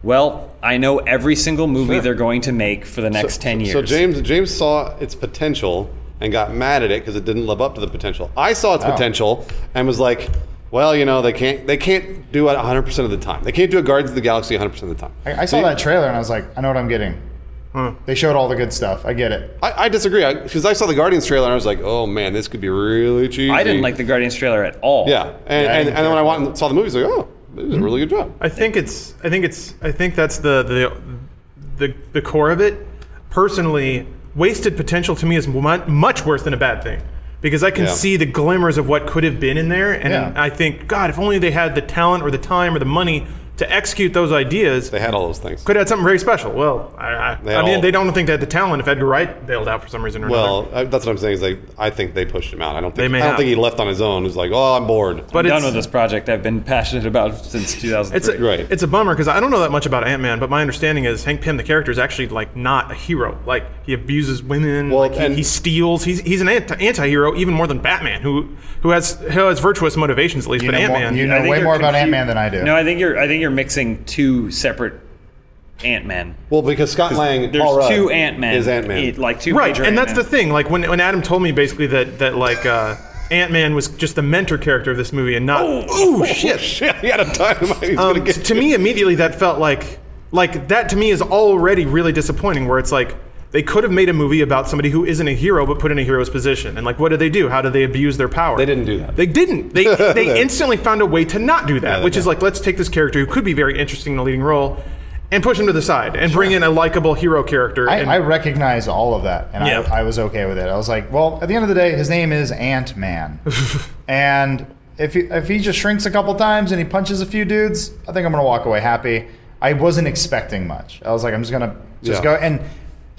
"Well, I know every single movie they're going to make for the next ten years." So James James saw its potential and got mad at it because it didn't live up to the potential. I saw its potential and was like, well, you know, they can't they can't do it 100 percent of the time. They can't do a Guardians of the Galaxy 100 percent of the time. I, I saw that trailer and I was like I know what I'm getting. They showed all the good stuff. I get it. I, I disagree because I, saw the Guardians trailer and I was like, oh man, this could be really cheesy. I didn't like the Guardians trailer at all. Yeah, and I and, didn't and then when I went and saw the movies, like, oh, this is a really good job. I think it's. I think it's. I think that's the the the, the core of it. Personally, wasted potential to me is mu- much worse than a bad thing because I can Yeah. see the glimmers of what could have been in there, and Yeah. I think, God, if only they had the talent or the time or the money to to execute those ideas They had all those things. could have had something very special. Well, I, I, They I mean, all- they don't think they had the talent if Edgar Wright bailed out for some reason or another. Well, I, that's what I'm saying is they. I think they pushed him out. I don't think. They may I don't have. think he left on his own. He's like, oh, I'm bored. But I'm done it's- with this project I've been passionate about since 2003. It's a, Right. it's a bummer because I don't know that much about Ant Man, but my understanding is Hank Pym, the character, is actually like not a hero. Like he abuses women, Well, like, he, and- he steals. He's he's an anti- anti-hero even more than Batman, who who has who has virtuous motivations at least. You but know, Ant more, Man, you I know think way you're more about confu- Ant Man than I do. No, I think you're. I think you're mixing two separate Ant Man. well, because Scott Lang, There's Paul Rudd two Ant Man. is Ant Man. Like two. right? major And that's the Ant-Man. thing. Like when when Adam told me basically that that like uh, Ant Man was just the mentor character of this movie and not. Oh shit! Shit! He had a dynamite. He's gonna Um, get to me, immediately that felt like like that to me is already really disappointing. Where it's like they could have made a movie about somebody who isn't a hero but put in a hero's position, and like what did they do? How did they abuse their power? They didn't do that. They didn't. They they instantly found a way to not do that, they which is didn't. like let's take this character who could be very interesting in a leading role. And push him to the side, and bring in a likable hero character. I, and, I recognize all of that, and Yeah. I, I was okay with it. I was like, well, at the end of the day, his name is Ant Man, and if he, if he just shrinks a couple times and he punches a few dudes, I think I'm gonna walk away happy. I wasn't expecting much. I was like, I'm just gonna just Yeah. go and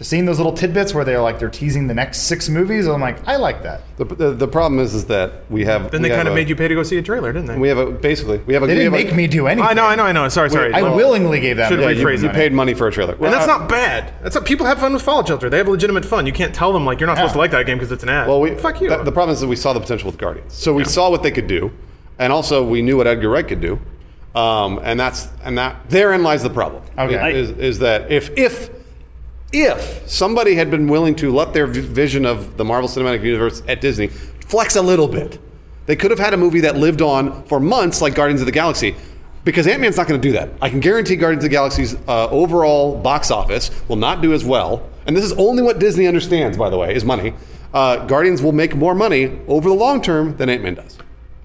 seeing those little tidbits where they're like they're teasing the next six movies. I'm like, I like that. The, the, the problem is, is that we have. then they we have kind of a- made you pay to go see a trailer, didn't they? We have a basically we have a. They we didn't have make a, me do anything. I know, I know, I know. Sorry, sorry. I Well, willingly gave that. Should movie we money. phrase You paid money for a trailer, and that's not bad. That's what people have fun with Fallout Shelter. They have legitimate fun. You can't tell them like you're not supposed to Yeah. like that game because it's an ad. Well, we, fuck you. that- the problem is that we saw the potential with Guardians, so we saw what they could do, and also we knew what Edgar Wright could do, um, and that's and that therein lies the problem. Okay. i- is, is that if if if somebody had been willing to let their v- vision of the Marvel Cinematic Universe at Disney flex a little bit, they could have had a movie that lived on for months, like Guardians of the Galaxy. Because Ant Man's not going to do that. I can guarantee Guardians of the Galaxy's uh, overall box office will not do as well. And this is only what Disney understands, by the way, is money. Uh, Guardians will make more money over the long term than Ant Man does.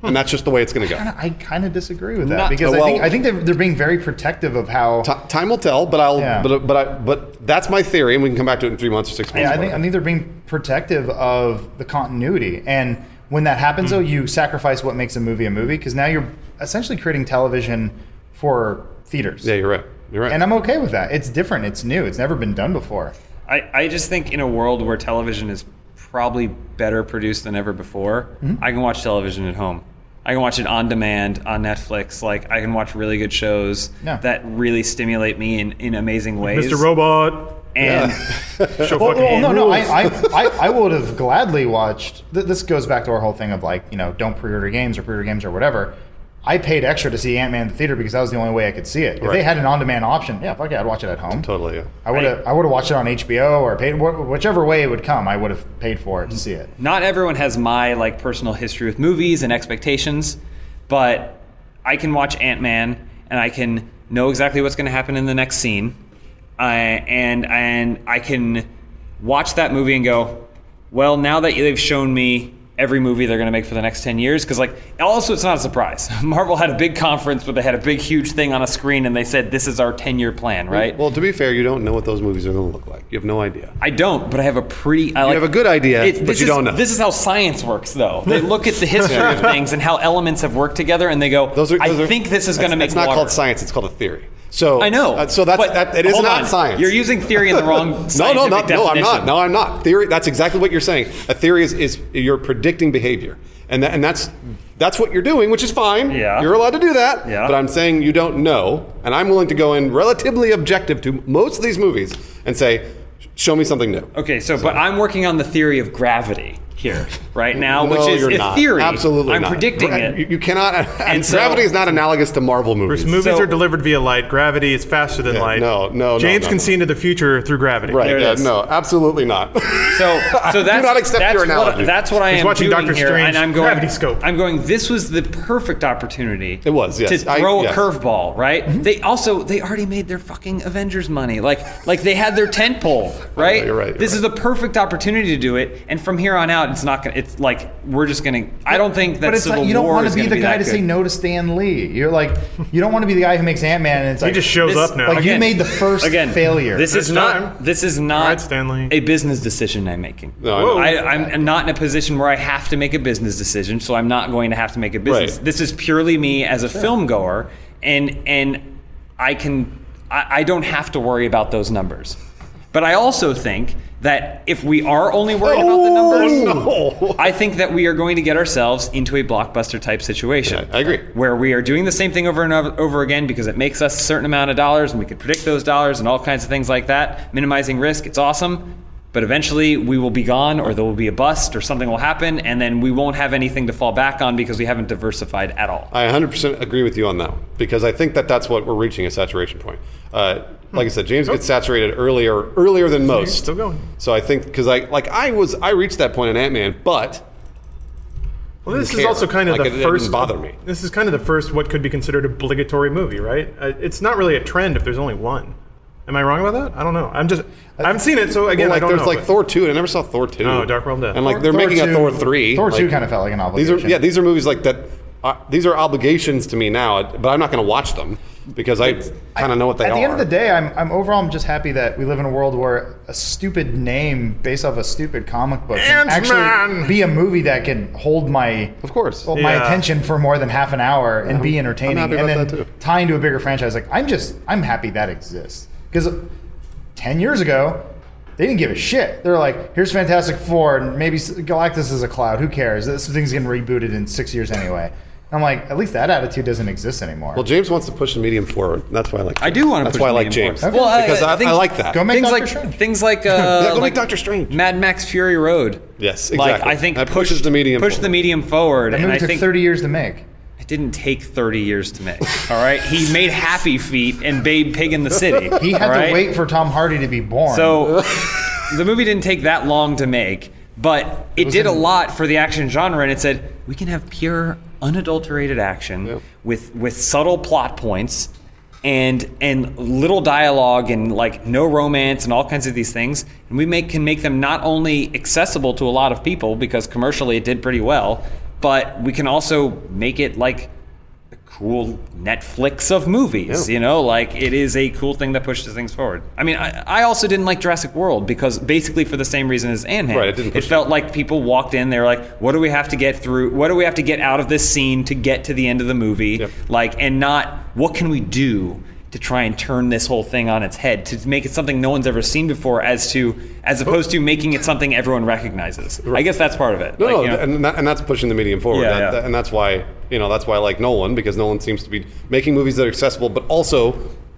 And that's just the way it's going to go. I kind of disagree with that Not- because well- I think I think they're, they're being very protective of how. Ti- time will tell, but I'll. Yeah. But but I, but that's my theory, and we can come back to it in three months or six months. Yeah, I or think, I whatever. think they're being protective of the continuity. And when that happens, Mm-hmm. though, you sacrifice what makes a movie a movie because now you're essentially creating television for theaters. yeah, you're right. You're right. And I'm okay with that. It's different. It's new. It's never been done before. I, I just think in a world where television is probably better produced than ever before, Hmm? I can watch television at home. I can watch it on demand on Netflix. Like I can watch really good shows Yeah. that really stimulate me in, in amazing ways. Mr. Robot. and Show Well, fucking well, no, no. I, rules. I, I, I would have gladly watched. Th- this goes back to our whole thing of like, you know, don't pre-order games or pre-order games or whatever. I paid extra to see Ant Man in the theater because that was the only way I could see it. If Right. they had an on-demand option, yeah, fuck it, I'd watch it at home. totally. Yeah. I would have I would have watched it on HBO or paid wh- whichever way it would come. I would have paid for it to see it. not everyone has my like personal history with movies and expectations, but I can watch Ant Man and I can know exactly what's going to happen in the next scene, uh, and and I can watch that movie and go, well, now that they've shown me every movie they're going to make for the next 10 years because like also it's not a surprise marvel had a big conference where they had a big huge thing on a screen and they said this is our 10 year plan right Well, to be fair, you don't know what those movies are going to look like. You have no idea. I don't, but I have a pretty. I like, have a good idea, but this you is- don't know. This is how science works, though. They look at the history of things and how elements have worked together, and they go, Those are. those "I are- think this is going to it's- make It's not water." called science. It's called a theory. So I know. uh, so that's but that. It is hold not on. science. You're using theory in the wrong. no, no, scientific not, no. I'm definition. not. No, I'm not. Theory. That's exactly what you're saying. A theory is, is you're predicting behavior, and that, and that's that's what you're doing, which is fine. Yeah. You're allowed to do that. Yeah. But I'm saying you don't know, and I'm willing to go in relatively objective to most of these movies and say, show me something new. Okay, so but I'm working on the theory of gravity here right now, No, which is you're a not. theory. Absolutely, I'm not. predicting Gra- You, it. you cannot. And so- gravity is not analogous to Marvel movies. Bruce, movies So- are delivered via light. Gravity is faster than Yeah, light. no, no, no, James no, can no. see into the future through gravity. Right? There it yeah, is. No, absolutely not. So, so Do that's not accept that's your what- analogy. that's what I He's am watching doing Dr. here, Strange and I'm going. Gravity Scope. I'm going. This was the perfect opportunity. It was, yes. to I- throw yes. a curveball, right? Mm-hmm. They also they already made their fucking Avengers money. Like like they had their tent pole, right? you're right, you're this right. is the perfect opportunity to do it, and from here on out, it's not gonna. It's like we're just gonna. I don't think that But it's Civil like you don't War want is to be gonna the guy that to say good. no to Stan Lee. You're like you don't want to be the guy who makes Ant Man and it's He like just shows This- up now. like Again. you made the first Again, failure. This There's is not. time. This is not All right, Stanley. a business decision I'm making. No, I Whoa. know. I, I'm I'm not in a position where I have to make a business decision, so I'm not going to have to make a business. Right. This is purely me as a film goer, and and I can I, I don't have to worry about those numbers. But I also think that if we are only worried about the Oh, numbers, Oh! no. I think that we are going to get ourselves into a blockbuster type situation. I agree. Where we are doing the same thing over and over over again because it makes us a certain amount of dollars and we can predict those dollars and all kinds of things like that. Minimizing risk, it's awesome. But eventually we will be gone or there will be a bust or something will happen and then we won't have anything to fall back on because we haven't diversified at all. I 100% agree with you on that one because I think that that's what we're reaching a saturation point. Uh, like I said, James gets saturated earlier earlier than most. still going. So I think because I like I was I reached that point in Ant Man, but Well, this is care. also kind of Like, the it didn't first. bother me. This is kind of the first what could be considered obligatory movie, right? Uh, it's not really a trend if there's only one. Am I wrong about that? I don't know. I'm just. I haven't seen it, so again, like I don't there's know. like but- Thor two, and I never saw Thor two. No, Dark World, no. And like Thor- they're making a Thor three. Thor two like, kind of felt like an These obligation. are yeah, these are movies like that. Uh, these are obligations to me now, but I'm not going to watch them because I kind of know what they At are. the end of the day, I'm, I'm overall I'm just happy that we live in a world where a stupid name based off a stupid comic book can Ant-Man! actually be a movie that can hold my of course, hold my Yeah. attention for more than half an hour and be entertaining I'm happy and about then that too. tie into a bigger franchise. Like I'm just I'm happy that exists because ten years ago they didn't give a shit. They're like, here's Fantastic Four and maybe S- Galactus is a cloud. Who cares? This thing's getting rebooted in six years anyway. I'm like, at least that attitude doesn't exist anymore. well, James wants to push the medium forward. That's why I like. I James. do want to That's push why I the like medium James forward. because Well, I- I I, I, think- like that. Go make things Doctor like Strange. things like uh, Yeah, go make like Doctor Strange. Mad Max Fury Road. Yes, Like exactly. I think That push- pushes the medium push the forward. medium forward, that and movie I took think 30 years to make. it didn't take thirty years to make. All right, he made Happy Feet and Babe Pig in the City. He had all to right? wait for Tom Hardy to be born. So the movie didn't take that long to make, but it, did a lot for the action genre, and it said we can have pure, unadulterated action with with subtle plot points and and little dialogue and like no romance and all kinds of these things, and we make can make them not only accessible to a lot of people because commercially it did pretty well, but we can also make it like. a Cool Netflix of movies, Yeah. you know, like it is a cool thing that pushes things forward. I mean, I, I also didn't like Jurassic World because basically for the same reason as Ant Man. Right, it didn't push felt like people walked in, they were like, what do we have to get through? What do we have to get out of this scene to get to the end of the movie? Yep. Like, and not what can we do to try and turn this whole thing on its head to make it something no one's ever seen before as to as opposed to making it something everyone recognizes. I guess that's part of it. No, Like, no, you know- and, that, and that's pushing the medium forward. Yeah, That- yeah. that- and that's why you know that's why I like Nolan because Nolan seems to be making movies that are accessible, but also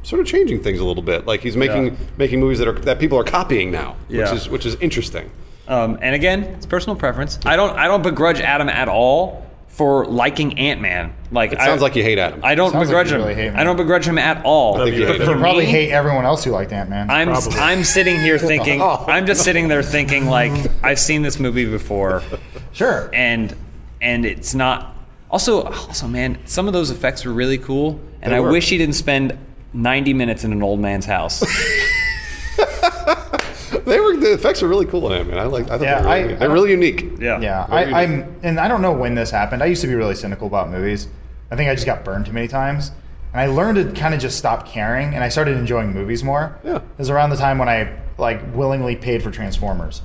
sort of changing things a little bit. Like he's making making movies that are that people are copying now, Yeah. which is which is interesting. Um, and again, it's personal preference. I don't I don't begrudge Adam at all for liking Ant Man. Like It sounds like you hate Adam. I don't Sounds like begrudge you him. really hate him. I don't begrudge him at all. think you But hate him. for you probably me, hate everyone else who liked Ant Man. I'm Probably. I'm sitting here thinking. Oh. I'm just sitting there thinking like I've seen this movie before, Sure. and and it's not. Also, also man, some of those effects were really cool, and They I were. wish he didn't spend 90 minutes in an old man's house. They were the effects are really cool. I mean, I like. I thought Yeah, they were really I- neat. they're I don't- really unique. yeah. yeah, Very unique. I, I'm, and I don't know when this happened. I used to be really cynical about movies. I think I just got burned too many times, and I learned to kind of just stop caring, and I started enjoying movies more. Yeah. it was around the time when I like willingly paid for Transformers,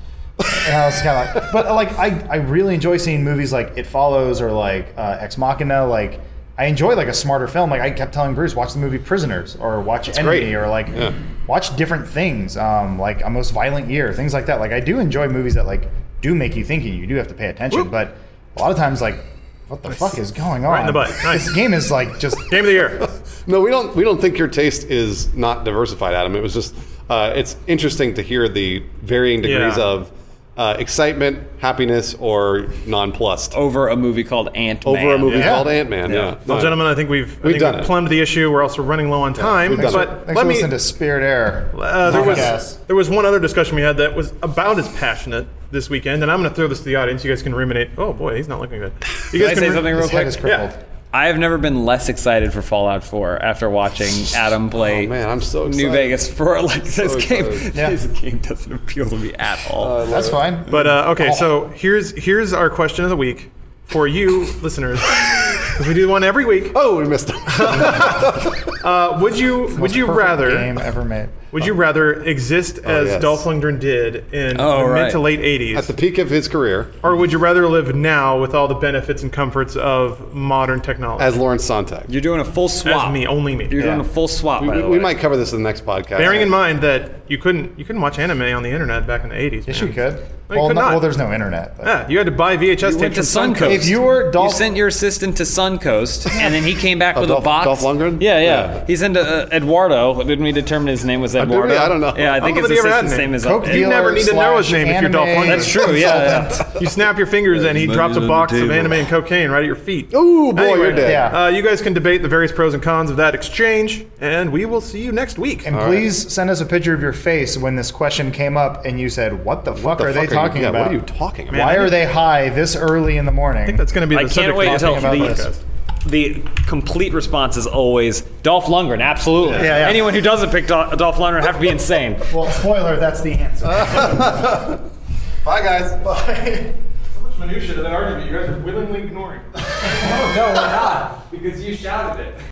and I was kind of like, but like I, I really enjoy seeing movies like It Follows or like uh, Ex Machina. Like I enjoy like a smarter film. Like I kept telling Bruce, watch the movie Prisoners or watch Enemy great. or like Yeah. watch different things um, like a most violent year things like that like i do enjoy movies that like do make you think and you do have to pay attention Whoop. but a lot of times like what the fuck is going on in the butt. Nice. this game is like just Game of the year. No, we don't. We don't think your taste is not diversified, Adam. It was just. Uh, it's interesting to hear the varying degrees Yeah. of uh, excitement, happiness, or nonplussed Over a movie called Ant Oh, Man. over a movie Yeah. called Ant Man. Yeah. Well, gentlemen, I think we've, I think done we've it. plumbed the issue. We're also running low on time. we've done it. but thanks let for me. listening to spirit air Uh, there was Podcast. there was one other discussion we had that was about as passionate this weekend, and I'm going to throw this to the audience. You guys can ruminate. Oh boy, he's not looking good. You Can guys I say ru- something real his head is quick? crippled I have never been less excited for Fallout 4 after watching Adam play Oh, man, I'm so New excited. Vegas for like this game. excited. Yeah. This game doesn't appeal to me at all. that's fine But uh, okay, so here's here's our question of the week for you listeners, because we do one every week. Oh, we missed. him. Uh, would you would Most you perfect rather game ever made Would you rather exist as yes. Dolph Lundgren did in Oh, the mid right. to late 80s? At the peak of his career, or would you rather live now with all the benefits and comforts of modern technology? as Lawrence Sontag. You're doing a full swap. As me, only me. You're doing Yeah. a full swap. by we, the we way. might cover this in the next podcast. Bearing in mind that you couldn't you couldn't watch anime on the internet back in the 80s. Yes, man. you could. No, you well, could no- not. well, there's no internet. but- Yeah, you had to buy VHS You tapes went to from Suncoast. If you were you Dolph- sent your assistant to Suncoast, and then he came back with Dolph- a box. Dolph Lundgren? Yeah, yeah. Yeah. Oh, He sent uh, Eduardo. Didn't we determine his name was we? Eduardo? I don't know. Yeah, I I think don't know his that he ever had assistant's a name. name is Coke You Ed- never dealer need to know his slash name if you're Dolph anime Lundgren. That's true. Yeah, yeah. You snap your fingers and he Money drops a on box the of table. anime and cocaine right at your feet. Ooh, boy, Anyway, you're dead. Yeah. Uh, you guys can debate the various pros and cons of that exchange, and we will see you next week. And please send us a picture of your face when this question came up and you said, What the fuck The are they fuck talking yeah, about? What are you talking about? Why are they high this early in the morning? I think that's going to be the I can't subject wait of until the the, podcast. the complete response is always Dolph Lundgren. Absolutely. Yeah, yeah. Anyone who doesn't pick Dol- Dolph Lundgren have to be insane. well, spoiler, that's the answer. Bye, guys. So much minutia to that argument you guys are willingly ignoring. no, we're not because you shouted it.